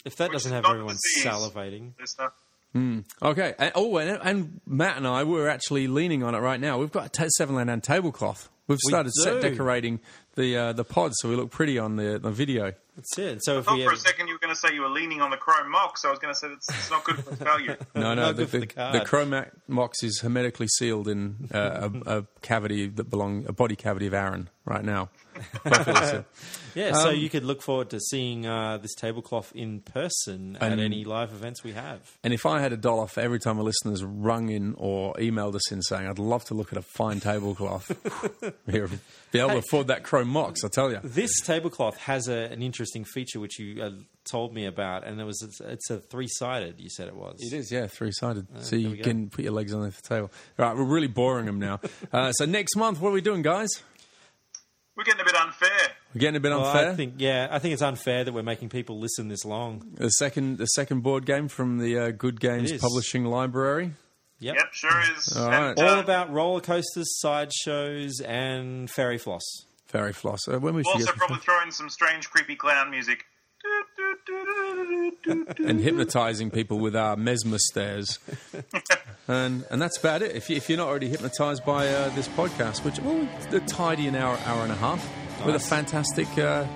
S5: If that
S6: Which
S5: doesn't
S6: is
S5: have
S6: not
S5: everyone
S6: disease.
S5: salivating,
S6: Listener.
S4: Okay. And, oh, and, and Matt and I we're actually leaning on it right now. We've got a ta- seven land and tablecloth. We've started set
S5: do.
S4: decorating the uh, the pod, so we look pretty on the the video.
S5: that's it. So if
S6: Thought
S5: we
S6: for
S5: ever,
S6: a second you were going to say you were leaning on the chrome mox. I was going to say that's it's not good for its value.
S4: No, no,
S5: Uh, Not
S4: the,
S5: good for
S4: the,
S5: the card.
S4: the Chromac Mox is hermetically sealed in uh, a, a cavity that belong a body cavity of Aaron right now. Hopefully so.
S5: yeah,
S4: Um,
S5: so you could look forward to seeing uh, this tablecloth in person at any live events we have.
S4: and if I had a dollar for every time a listener's rung in or emailed us in saying, I'd love to look at a fine tablecloth, be able to afford that Chrome Mox, I tell you.
S5: This tablecloth has a, an interesting feature which you uh, told me about, and it was it's, it's a three sided. You said it was.
S4: It is, yeah, three sided. so
S5: there
S4: you
S5: we go.
S4: can put your legs on the table. All right, we're really boring them now. uh, so next month, what are we doing, guys?
S6: We're getting a bit unfair.
S4: We're getting a bit
S5: Well,
S4: unfair.
S5: I think yeah, I think it's unfair that we're making people listen this long.
S4: the second, the second board game from the uh, Good Games
S5: is.
S4: Publishing Library.
S5: Yep.
S6: Yep, sure is. uh, All,
S4: right.
S5: All about roller coasters, sideshows, and fairy floss.
S4: Fairy floss. Uh, when we should
S6: also
S4: get
S6: probably throw in some strange, creepy clown music.
S4: and hypnotizing people with our mesmer stares, and and that's about it. If, you, if you're not already hypnotized by uh, this podcast, which well, the tidy an hour hour and a half with a
S5: Nice.
S4: fantastic uh,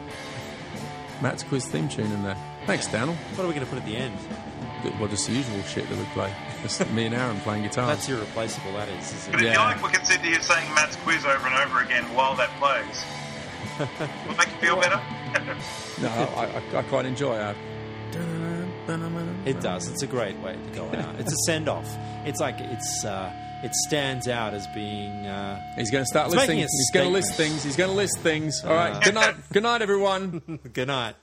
S4: Matt's quiz theme tune in there. Thanks, Daniel.
S5: What are we going to put at the end?
S4: Well, just the usual shit that we play. Just me and Aaron playing guitar.
S5: That's irreplaceable. That is. Isn't it?
S6: But if you
S4: Yeah.
S6: like, we can sit here saying Matt's quiz over and over again while that plays. Will make you feel better?
S4: no, I, I, I quite enjoy it.
S5: It does. It's a great way to go out. It's a send off. It's like it's uh, it stands out as being. Uh,
S4: He's going to start
S5: It's
S4: listing.
S5: making a
S4: He's going to list
S5: statement. Uh.
S4: things. He's going to list things. All right. Good night. Good night, everyone.
S5: good night.